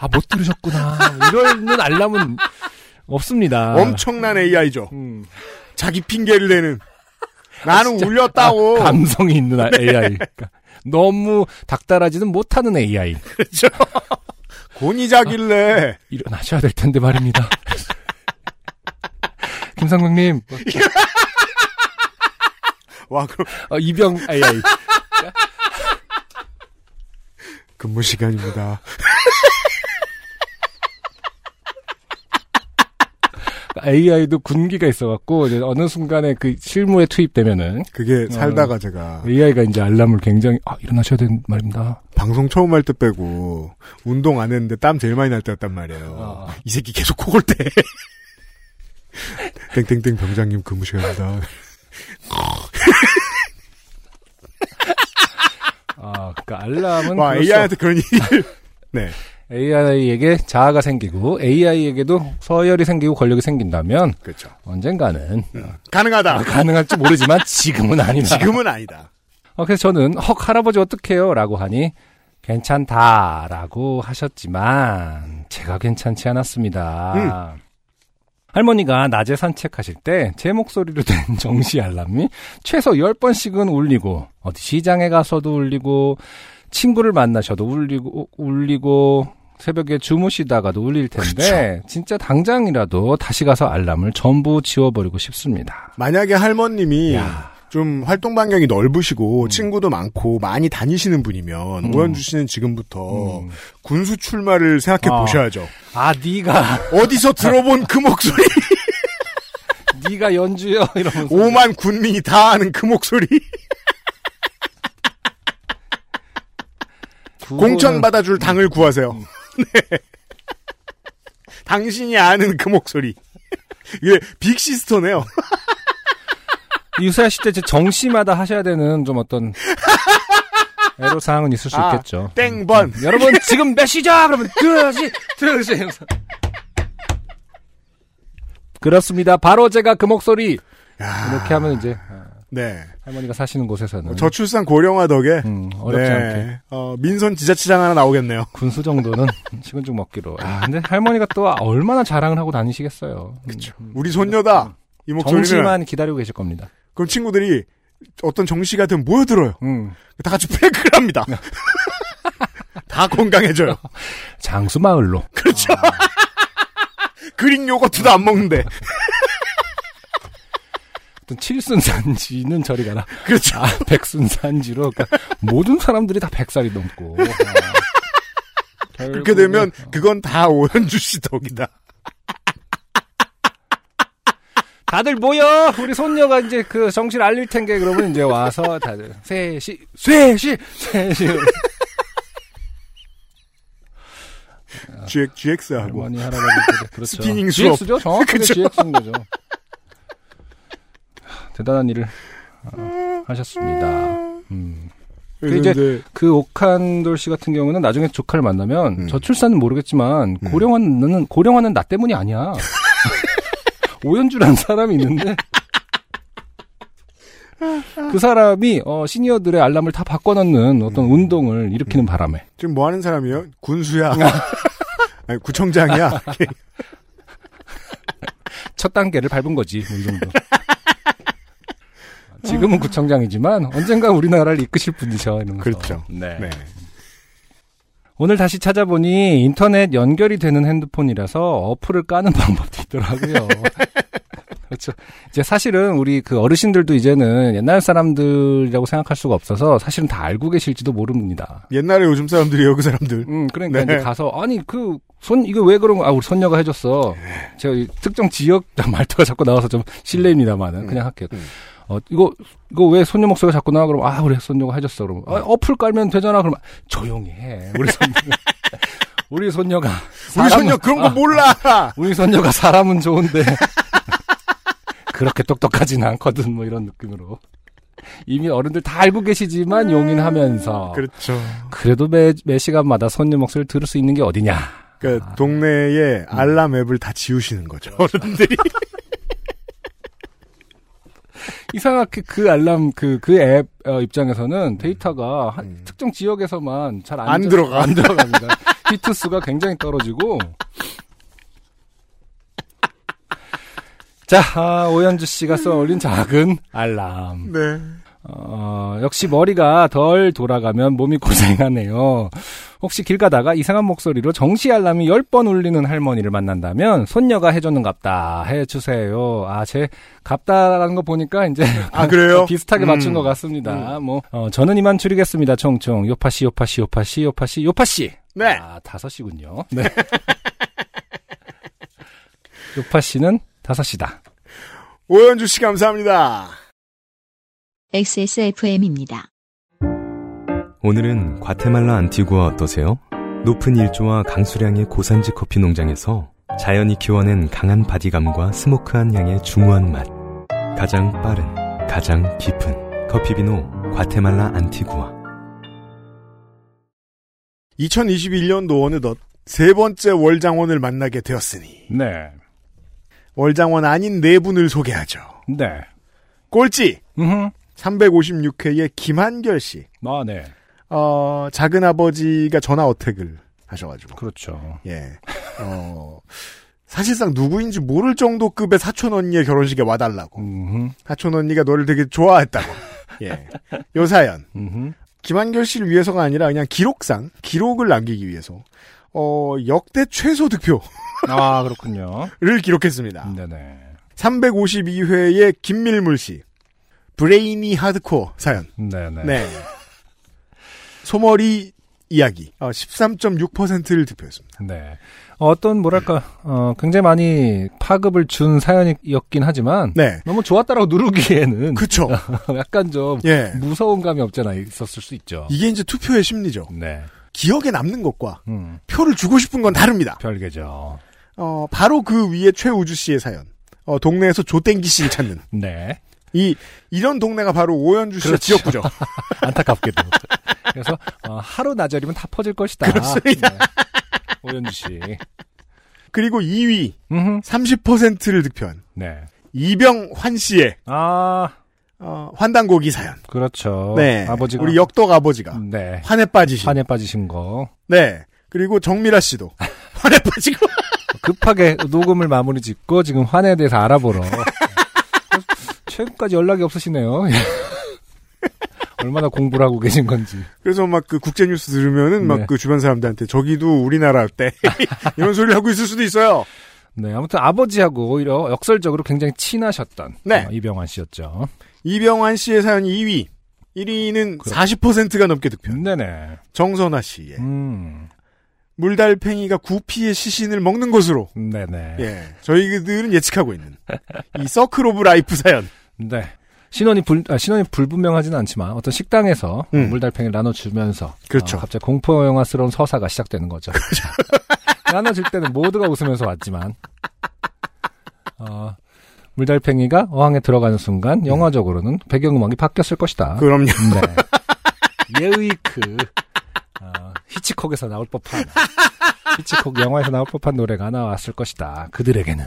Speaker 2: 아, 못 들으셨구나. 이러는 알람은 없습니다.
Speaker 1: 엄청난 AI죠.
Speaker 2: 음,
Speaker 1: 자기 핑계를 대는. 나는 울렸다고.
Speaker 2: 아, 감성이 있는 아- AI. 그러니까 너무 닥달하지는 못하는 AI.
Speaker 1: 곤이자길래.
Speaker 2: 일어나셔야 될 텐데 말입니다. 김상국님,
Speaker 1: 와, 그럼
Speaker 2: 어, 이병 AI.
Speaker 1: 근무 시간입니다.
Speaker 2: AI도 군기가 있어갖고 이제 어느 순간에 그 실무에 투입되면은
Speaker 1: 그게 살다가 제가
Speaker 2: AI가 이제 알람을 굉장히 아 일어나셔야 되는 말입니다.
Speaker 1: 방송 처음 할 때 빼고 운동 안 했는데 땀 제일 많이 날 때였단 말이에요.
Speaker 2: 아.
Speaker 1: 이 새끼 계속 코골 때. 땡땡땡 병장님 근무 시간입니다.
Speaker 2: 아 그러니까 알람은
Speaker 1: 와,
Speaker 2: 그로써
Speaker 1: AI한테 그런 얘기를. 네.
Speaker 2: AI에게 자아가 생기고 AI에게도 서열이 생기고 권력이 생긴다면
Speaker 1: 그렇죠.
Speaker 2: 언젠가는
Speaker 1: 가능하다.
Speaker 2: 가능할지 모르지만 지금은 아니다.
Speaker 1: 지금은 아니다.
Speaker 2: 어, 그래서 저는 헉 할아버지 어떡해요라고 하니 괜찮다라고 하셨지만 제가 괜찮지 않았습니다. 할머니가 낮에 산책하실 때 제 목소리로 된 정시 알람이 최소 10번씩은 울리고 어디 시장에 가서도 울리고 친구를 만나셔도 울리고 울리고 새벽에 주무시다가도 울릴 텐데 진짜 당장이라도 다시 가서 알람을 전부 지워버리고 싶습니다.
Speaker 1: 만약에 할머님이
Speaker 2: 야.
Speaker 1: 좀 활동 반경이 넓으시고 친구도 많고 많이 다니시는 분이면 오현주 씨는 지금부터
Speaker 2: 음.
Speaker 1: 군수 출마를 생각해
Speaker 2: 아.
Speaker 1: 보셔야죠.
Speaker 2: 아 네가
Speaker 1: 어디서 들어본 그 목소리,
Speaker 2: 네가 연주요 이러면서
Speaker 1: 5만 군민이 다 아는 그 목소리, 공천 받아줄 당을 구하세요. 네. 당신이 아는 그 목소리. 이게 빅시스터네요.
Speaker 2: 유사시 때 이제 정시마다 하셔야 되는 좀 어떤 애로 사항은 있을 수
Speaker 1: 아,
Speaker 2: 있겠죠.
Speaker 1: 땡번.
Speaker 2: 여러분 지금 몇 시죠? 그러면 들어야지 들어야지. 하면서. 그렇습니다. 바로 제가 그 목소리 이렇게 하면 이제 어,
Speaker 1: 네.
Speaker 2: 할머니가 사시는 곳에서는
Speaker 1: 어, 저출산 고령화 덕에
Speaker 2: 음, 어렵지
Speaker 1: 네.
Speaker 2: 않게
Speaker 1: 어, 민선 지자체장 하나 나오겠네요.
Speaker 2: 군수 정도는 식은 죽 먹기로. 아 근데 할머니가 또 얼마나 자랑을 하고 다니시겠어요. 음,
Speaker 1: 우리 손녀다. 이 목소리는
Speaker 2: 정시만 기다리고 계실 겁니다.
Speaker 1: 그럼 친구들이 어떤 정시 같은 모여들어요.
Speaker 2: 음. 네.
Speaker 1: 다 같이 플랭크를 합니다. 다 건강해져요.
Speaker 2: 장수 마을로.
Speaker 1: 그렇죠. 그릭 요거트도 안 먹는데.
Speaker 2: 어떤 칠순산지는 저리 가라.
Speaker 1: 그렇죠.
Speaker 2: 아, 백순산지로. 그러니까 모든 사람들이 다 백살이 넘고. 아,
Speaker 1: 그렇게
Speaker 2: 결국은-
Speaker 1: 되면 그건 다 오현주 씨 덕이다.
Speaker 2: 다들 모여! 우리 손녀가 이제 그 정신 알릴 텐게 그러면 이제 와서 다들 셋이, 셋이, 셋이. 아.
Speaker 1: GX, GX하고.
Speaker 2: 할머니, 할아버지. 그렇죠.
Speaker 1: 스피닝 수업.
Speaker 2: GX죠? 정확하게
Speaker 1: 그쵸?
Speaker 2: GX인 거죠. 하, 대단한 일을 어, 하셨습니다. 음.
Speaker 1: 그래서
Speaker 2: 이제
Speaker 1: 이제
Speaker 2: 그 옥한돌 씨 같은 경우는 나중에 조카를 만나면
Speaker 1: 음.
Speaker 2: 저출산은 모르겠지만
Speaker 1: 음.
Speaker 2: 고령화는 고령화는 나 때문이 아니야. 오연주라는 사람이 있는데 그 사람이 어, 시니어들의 알람을 다 바꿔놓는 어떤
Speaker 1: 음.
Speaker 2: 운동을 일으키는 바람에
Speaker 1: 지금 뭐 하는 사람이에요? 군수야.
Speaker 2: 음.
Speaker 1: 아니, 구청장이야.
Speaker 2: 첫 단계를 밟은 거지 운동도. 뭐 지금은 구청장이지만 언젠가 우리나라를 이끄실 분이죠. 이러면서.
Speaker 1: 그렇죠.
Speaker 2: 네.
Speaker 1: 네.
Speaker 2: 오늘 다시 찾아보니 인터넷 연결이 되는 핸드폰이라서 어플을 까는 방법도 있더라고요. 그렇죠. 이제 사실은 우리 그 어르신들도 이제는 옛날 사람들이라고 생각할 수가 없어서 사실은 다 알고 계실지도 모릅니다.
Speaker 1: 옛날에 요즘 사람들이 여기 사람들.
Speaker 2: 음, 그러니까
Speaker 1: 네.
Speaker 2: 이제 가서 아니 그 손 이거 왜 그런 거? 아 우리 손녀가 해줬어.
Speaker 1: 네.
Speaker 2: 제가 이 특정 지역 말투가 자꾸 나와서 좀 실례입니다만은 그냥 할게요.
Speaker 1: 음.
Speaker 2: 어 이거 이거 왜 손녀 목소리가 자꾸 나와? 그럼 아 우리 손녀가 해줬어. 그럼
Speaker 1: 네.
Speaker 2: 아, 어플 깔면 되잖아. 그럼 조용히 해. 우리 손녀 우리 손녀가
Speaker 1: 우리
Speaker 2: 사람은-
Speaker 1: 손녀 그런 거
Speaker 2: 아,
Speaker 1: 몰라.
Speaker 2: 우리 손녀가 사람은 좋은데 그렇게 똑똑하진 않거든 뭐 이런 느낌으로 이미 어른들 다 알고
Speaker 1: 음,
Speaker 2: 계시지만 용인하면서
Speaker 1: 그렇죠.
Speaker 2: 그래도 매, 매 시간마다 손녀 목소리를 들을 수 있는 게 어디냐
Speaker 1: 그러니까 동네에 알람 앱을 다 지우시는 거죠.
Speaker 2: 음.
Speaker 1: 어른들이.
Speaker 2: 이상하게 그 알람 그 그 앱 입장에서는 데이터가 한-
Speaker 1: 음.
Speaker 2: 특정 지역에서만 잘 음. 안
Speaker 1: 안 들어가.
Speaker 2: 안 들어갑니다 히트 수가 굉장히 떨어지고 자 아, 오현주 씨가 써올린 작은 알람
Speaker 1: 네.
Speaker 2: 어, 역시 머리가 덜 돌아가면 몸이 고생하네요. 혹시 길 가다가 이상한 목소리로 정시 알람이 10번 울리는 할머니를 만난다면 손녀가 해줬는갑다 해주세요. 아, 제 갑다라는 거 보니까 이제
Speaker 1: 아 그래요? 음.
Speaker 2: 비슷하게 맞춘 것 같습니다. 뭐, 어, 저는 이만 줄이겠습니다. 총총. 요파씨, 요파씨, 요파씨, 요파씨, 요파씨.
Speaker 1: 네.
Speaker 2: 아, 다섯 시군요. 네. 요파씨는 다섯 시다.
Speaker 1: 오현주 씨 감사합니다.
Speaker 3: XSFM입니다.
Speaker 4: 오늘은 과테말라 안티구아 어떠세요? 높은 일조와 강수량의 고산지 커피 농장에서 자연이 키워낸 강한 바디감과 스모크한 향의 중후한 맛. 가장 빠른, 가장 깊은 커피 비노 과테말라 안티구아.
Speaker 1: 2021년도 어느덧 세 번째 월장원을 만나게 되었으니
Speaker 2: 네.
Speaker 1: 월장원 아닌 네 분을 소개하죠.
Speaker 2: 네.
Speaker 1: 꼴찌
Speaker 2: 음
Speaker 1: 356회의 김한결 씨.
Speaker 2: 아, 네.
Speaker 1: 어, 작은 아버지가 전화 어택을 하셔가지고
Speaker 2: 그렇죠.
Speaker 1: 예. 어, 사실상 누구인지 모를 정도 급의 사촌 언니의 결혼식에 와달라고.
Speaker 2: 음흠,
Speaker 1: 사촌 언니가 너를 되게 좋아했다고. 예. 요 사연.
Speaker 2: 음흠.
Speaker 1: 김한결 씨를 위해서가 아니라 그냥 기록상 기록을 남기기 위해서 어 역대 최소 득표를
Speaker 2: 아, 그렇군요. 아. 음.
Speaker 1: 기록했습니다.
Speaker 2: 네네.
Speaker 1: 352회의 김밀물 씨 브레이니 하드코어 사연.
Speaker 2: 네네.
Speaker 1: 네. 소머리 이야기. 어, 13.6%를 득표했습니다.
Speaker 2: 네. 어떤, 뭐랄까, 어, 굉장히 많이 파급을 준 사연이었긴 하지만,
Speaker 1: 네.
Speaker 2: 너무 좋았다라고 누르기에는,
Speaker 1: 그쵸.
Speaker 2: 약간 좀,
Speaker 1: 예.
Speaker 2: 무서운 감이 없잖아, 있었을 수 있죠.
Speaker 1: 이게 이제 투표의 심리죠.
Speaker 2: 네.
Speaker 1: 기억에 남는 것과
Speaker 2: 음,
Speaker 1: 표를 주고 싶은 건 다릅니다.
Speaker 2: 별개죠.
Speaker 1: 어, 바로 그 위에 최우주 씨의 사연. 어, 동네에서 조땡기 씨를 찾는.
Speaker 2: 네.
Speaker 1: 이, 이런 동네가 바로 오현주 씨의
Speaker 2: 그렇죠.
Speaker 1: 지역구죠.
Speaker 2: 안타깝게도. 그래서, 어, 하루 나절이면 다 퍼질 것이다. 그렇습니다. 오현주 씨.
Speaker 1: 그리고 2위,
Speaker 2: 음흠.
Speaker 1: 30%를 득표한
Speaker 2: 네.
Speaker 1: 이병환 씨의,
Speaker 2: 아,
Speaker 1: 어, 환단고기 사연.
Speaker 2: 그렇죠.
Speaker 1: 네.
Speaker 2: 아버지가.
Speaker 1: 우리 역덕 아버지가.
Speaker 2: 네.
Speaker 1: 음. 환에 빠지신.
Speaker 2: 환에 빠지신 거.
Speaker 1: 네. 그리고 정미라 씨도. 환에 빠지고.
Speaker 2: 급하게 녹음을 마무리 짓고 지금 환에 대해서 알아보러. 최근까지 연락이 없으시네요. 예. 얼마나 공부를 하고 계신 건지.
Speaker 1: 그래서 막 그 국제뉴스 들으면은
Speaker 2: 네.
Speaker 1: 막 그 주변 사람들한테 저기도 우리나라 때. 이런 소리를 하고 있을 수도 있어요.
Speaker 2: 네, 아무튼 아버지하고 오히려 역설적으로 굉장히 친하셨던
Speaker 1: 네.
Speaker 2: 어, 이병환 씨였죠.
Speaker 1: 이병환 씨의 사연 2위. 1위는 40%가 넘게 득표.
Speaker 2: 네네.
Speaker 1: 정선아 씨의
Speaker 2: 음,
Speaker 1: 물달팽이가 구피의 시신을 먹는 것으로.
Speaker 2: 네네.
Speaker 1: 예. 저희들은 예측하고 있는 이 서클 오브 라이프 사연.
Speaker 2: 네. 신원이 불, 아, 신원이 불분명하진 않지만 어떤 식당에서
Speaker 1: 음.
Speaker 2: 물달팽이를 나눠주면서
Speaker 1: 그렇죠.
Speaker 2: 어, 갑자기 공포영화스러운 서사가 시작되는 거죠. 나눠줄 때는 모두가 웃으면서 왔지만 어, 물달팽이가 어항에 들어가는 순간 영화적으로는 배경음악이 바뀌었을 것이다.
Speaker 1: 그럼요.
Speaker 2: 네. 예의크 어, 히치콕에서 나올 법한 히치콕 영화에서 나올 법한 노래가 나왔을 것이다. 그들에게는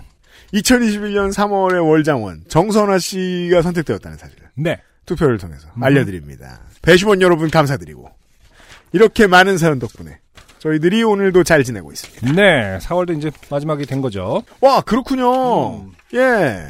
Speaker 1: 2021년 3월의 월장원 정선아 씨가 선택되었다는 사실을
Speaker 2: 네.
Speaker 1: 투표를 통해서 알려드립니다. 배심원 여러분 감사드리고 이렇게 많은 사연 덕분에 저희들이 오늘도 잘 지내고 있습니다.
Speaker 2: 네, 4월도 이제 마지막이 된 거죠.
Speaker 1: 와 그렇군요. 예.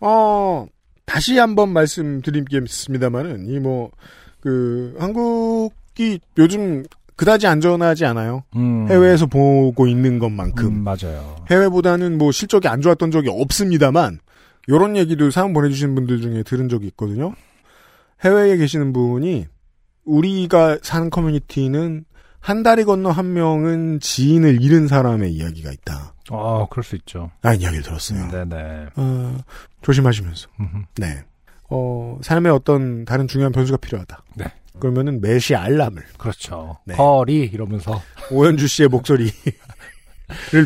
Speaker 1: 어 다시 한번 말씀드리겠습니다만은 이뭐그 한국이 요즘 그다지 안전하지 않아요.
Speaker 2: 음.
Speaker 1: 해외에서 보고 있는 것만큼
Speaker 2: 음, 맞아요.
Speaker 1: 해외보다는 뭐 실적이 안 좋았던 적이 없습니다만 요런 얘기도 사연 보내주신 분들 중에 들은 적이 있거든요. 해외에 계시는 분이 우리가 사는 커뮤니티는 한 다리 건너 한 명은 지인을 잃은 사람의 이야기가 있다.
Speaker 2: 아, 그럴 수 있죠.
Speaker 1: 라는 이야기를 들었어요.
Speaker 2: 음. 네네.
Speaker 1: 어, 조심하시면서.
Speaker 2: 음흠.
Speaker 1: 네. 어, 삶의 어떤 다른 중요한 변수가 필요하다.
Speaker 2: 네.
Speaker 1: 그러면은 매시 알람을
Speaker 2: 그렇죠.
Speaker 1: 네.
Speaker 2: 거리 이러면서
Speaker 1: 오현주 씨의 목소리를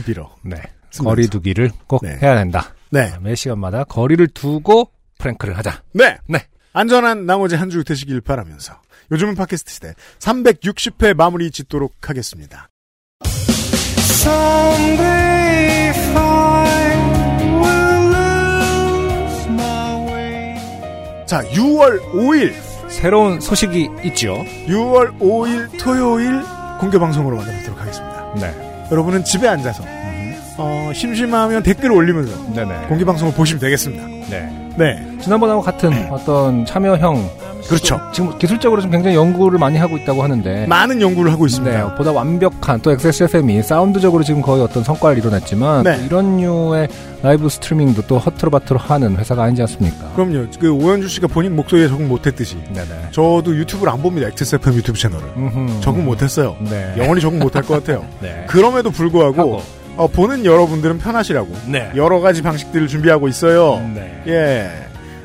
Speaker 1: 빌어.
Speaker 2: 네.
Speaker 1: 쓰면서.
Speaker 2: 거리 두기를 꼭
Speaker 1: 네.
Speaker 2: 해야 된다.
Speaker 1: 네.
Speaker 2: 매 시간마다 거리를 두고 프랭크를 하자.
Speaker 1: 네.
Speaker 2: 네.
Speaker 1: 안전한 나머지 한 주 되시길 바라면서 요즘은 팟캐스트 시대 360회 마무리 짓도록 하겠습니다. 자, 6월 5일,
Speaker 2: 새로운 소식이 있죠.
Speaker 1: 6월 5일 토요일 공개 방송으로 만나뵙도록 하겠습니다.
Speaker 2: 네.
Speaker 1: 여러분은 집에 앉아서 어, 심심하면 댓글 올리면서
Speaker 2: 네네.
Speaker 1: 공개 방송을 보시면 되겠습니다.
Speaker 2: 네.
Speaker 1: 네,
Speaker 2: 지난번하고 같은 어떤 참여형
Speaker 1: 그렇죠.
Speaker 2: 지금 기술적으로 좀 굉장히 연구를 많이 하고 있다고 하는데
Speaker 1: 많은 연구를 하고 있습니다.
Speaker 2: 네, 보다 완벽한 또 XSFM이 사운드적으로 지금 거의 어떤 성과를 이뤄냈지만
Speaker 1: 네.
Speaker 2: 또 이런 류의 라이브 스트리밍도 또 허트로바트로 하는 회사가 아니지 않습니까?
Speaker 1: 그럼요. 그 오현주 씨가 본인 목소리에 적응 못했듯이
Speaker 2: 네네.
Speaker 1: 저도 유튜브를 안 봅니다. XSFM 유튜브 채널을
Speaker 2: 음흠.
Speaker 1: 적응 못했어요.
Speaker 2: 네.
Speaker 1: 영원히 적응 못할 것 같아요.
Speaker 2: 네.
Speaker 1: 그럼에도 불구하고
Speaker 2: 하고.
Speaker 1: 어, 보는 여러분들은 편하시라고
Speaker 2: 네.
Speaker 1: 여러 가지 방식들을 준비하고 있어요.
Speaker 2: 네.
Speaker 1: 예.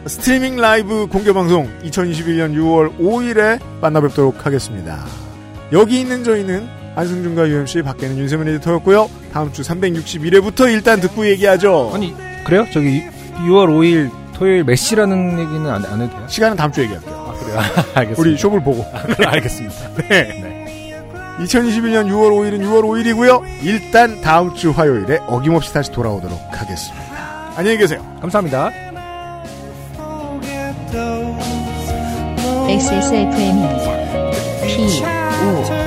Speaker 1: 스트리밍 라이브 공개 방송 2021년 6월 5일에 만나 뵙도록 하겠습니다. 여기 있는 저희는 안승준과 UMC 밖에는 윤세민 에디터였고요. 다음 주 361회부터 일단 듣고 얘기하죠.
Speaker 2: 아니 그래요? 저기 6월 5일 토요일 몇 시라는 얘기는 안, 안 해도 돼요?
Speaker 1: 시간은 다음 주에 얘기할게요.
Speaker 2: 아 그래요? 알겠습니다.
Speaker 1: 우리 쇼을 보고.
Speaker 2: 알겠습니다.
Speaker 1: 네. 2021년 6월 5일은 6월 5일이고요. 일단 다음 주 화요일에 어김없이 다시 돌아오도록 하겠습니다. 안녕히 계세요.
Speaker 2: 감사합니다.
Speaker 3: XSFM입니다. P, O, E,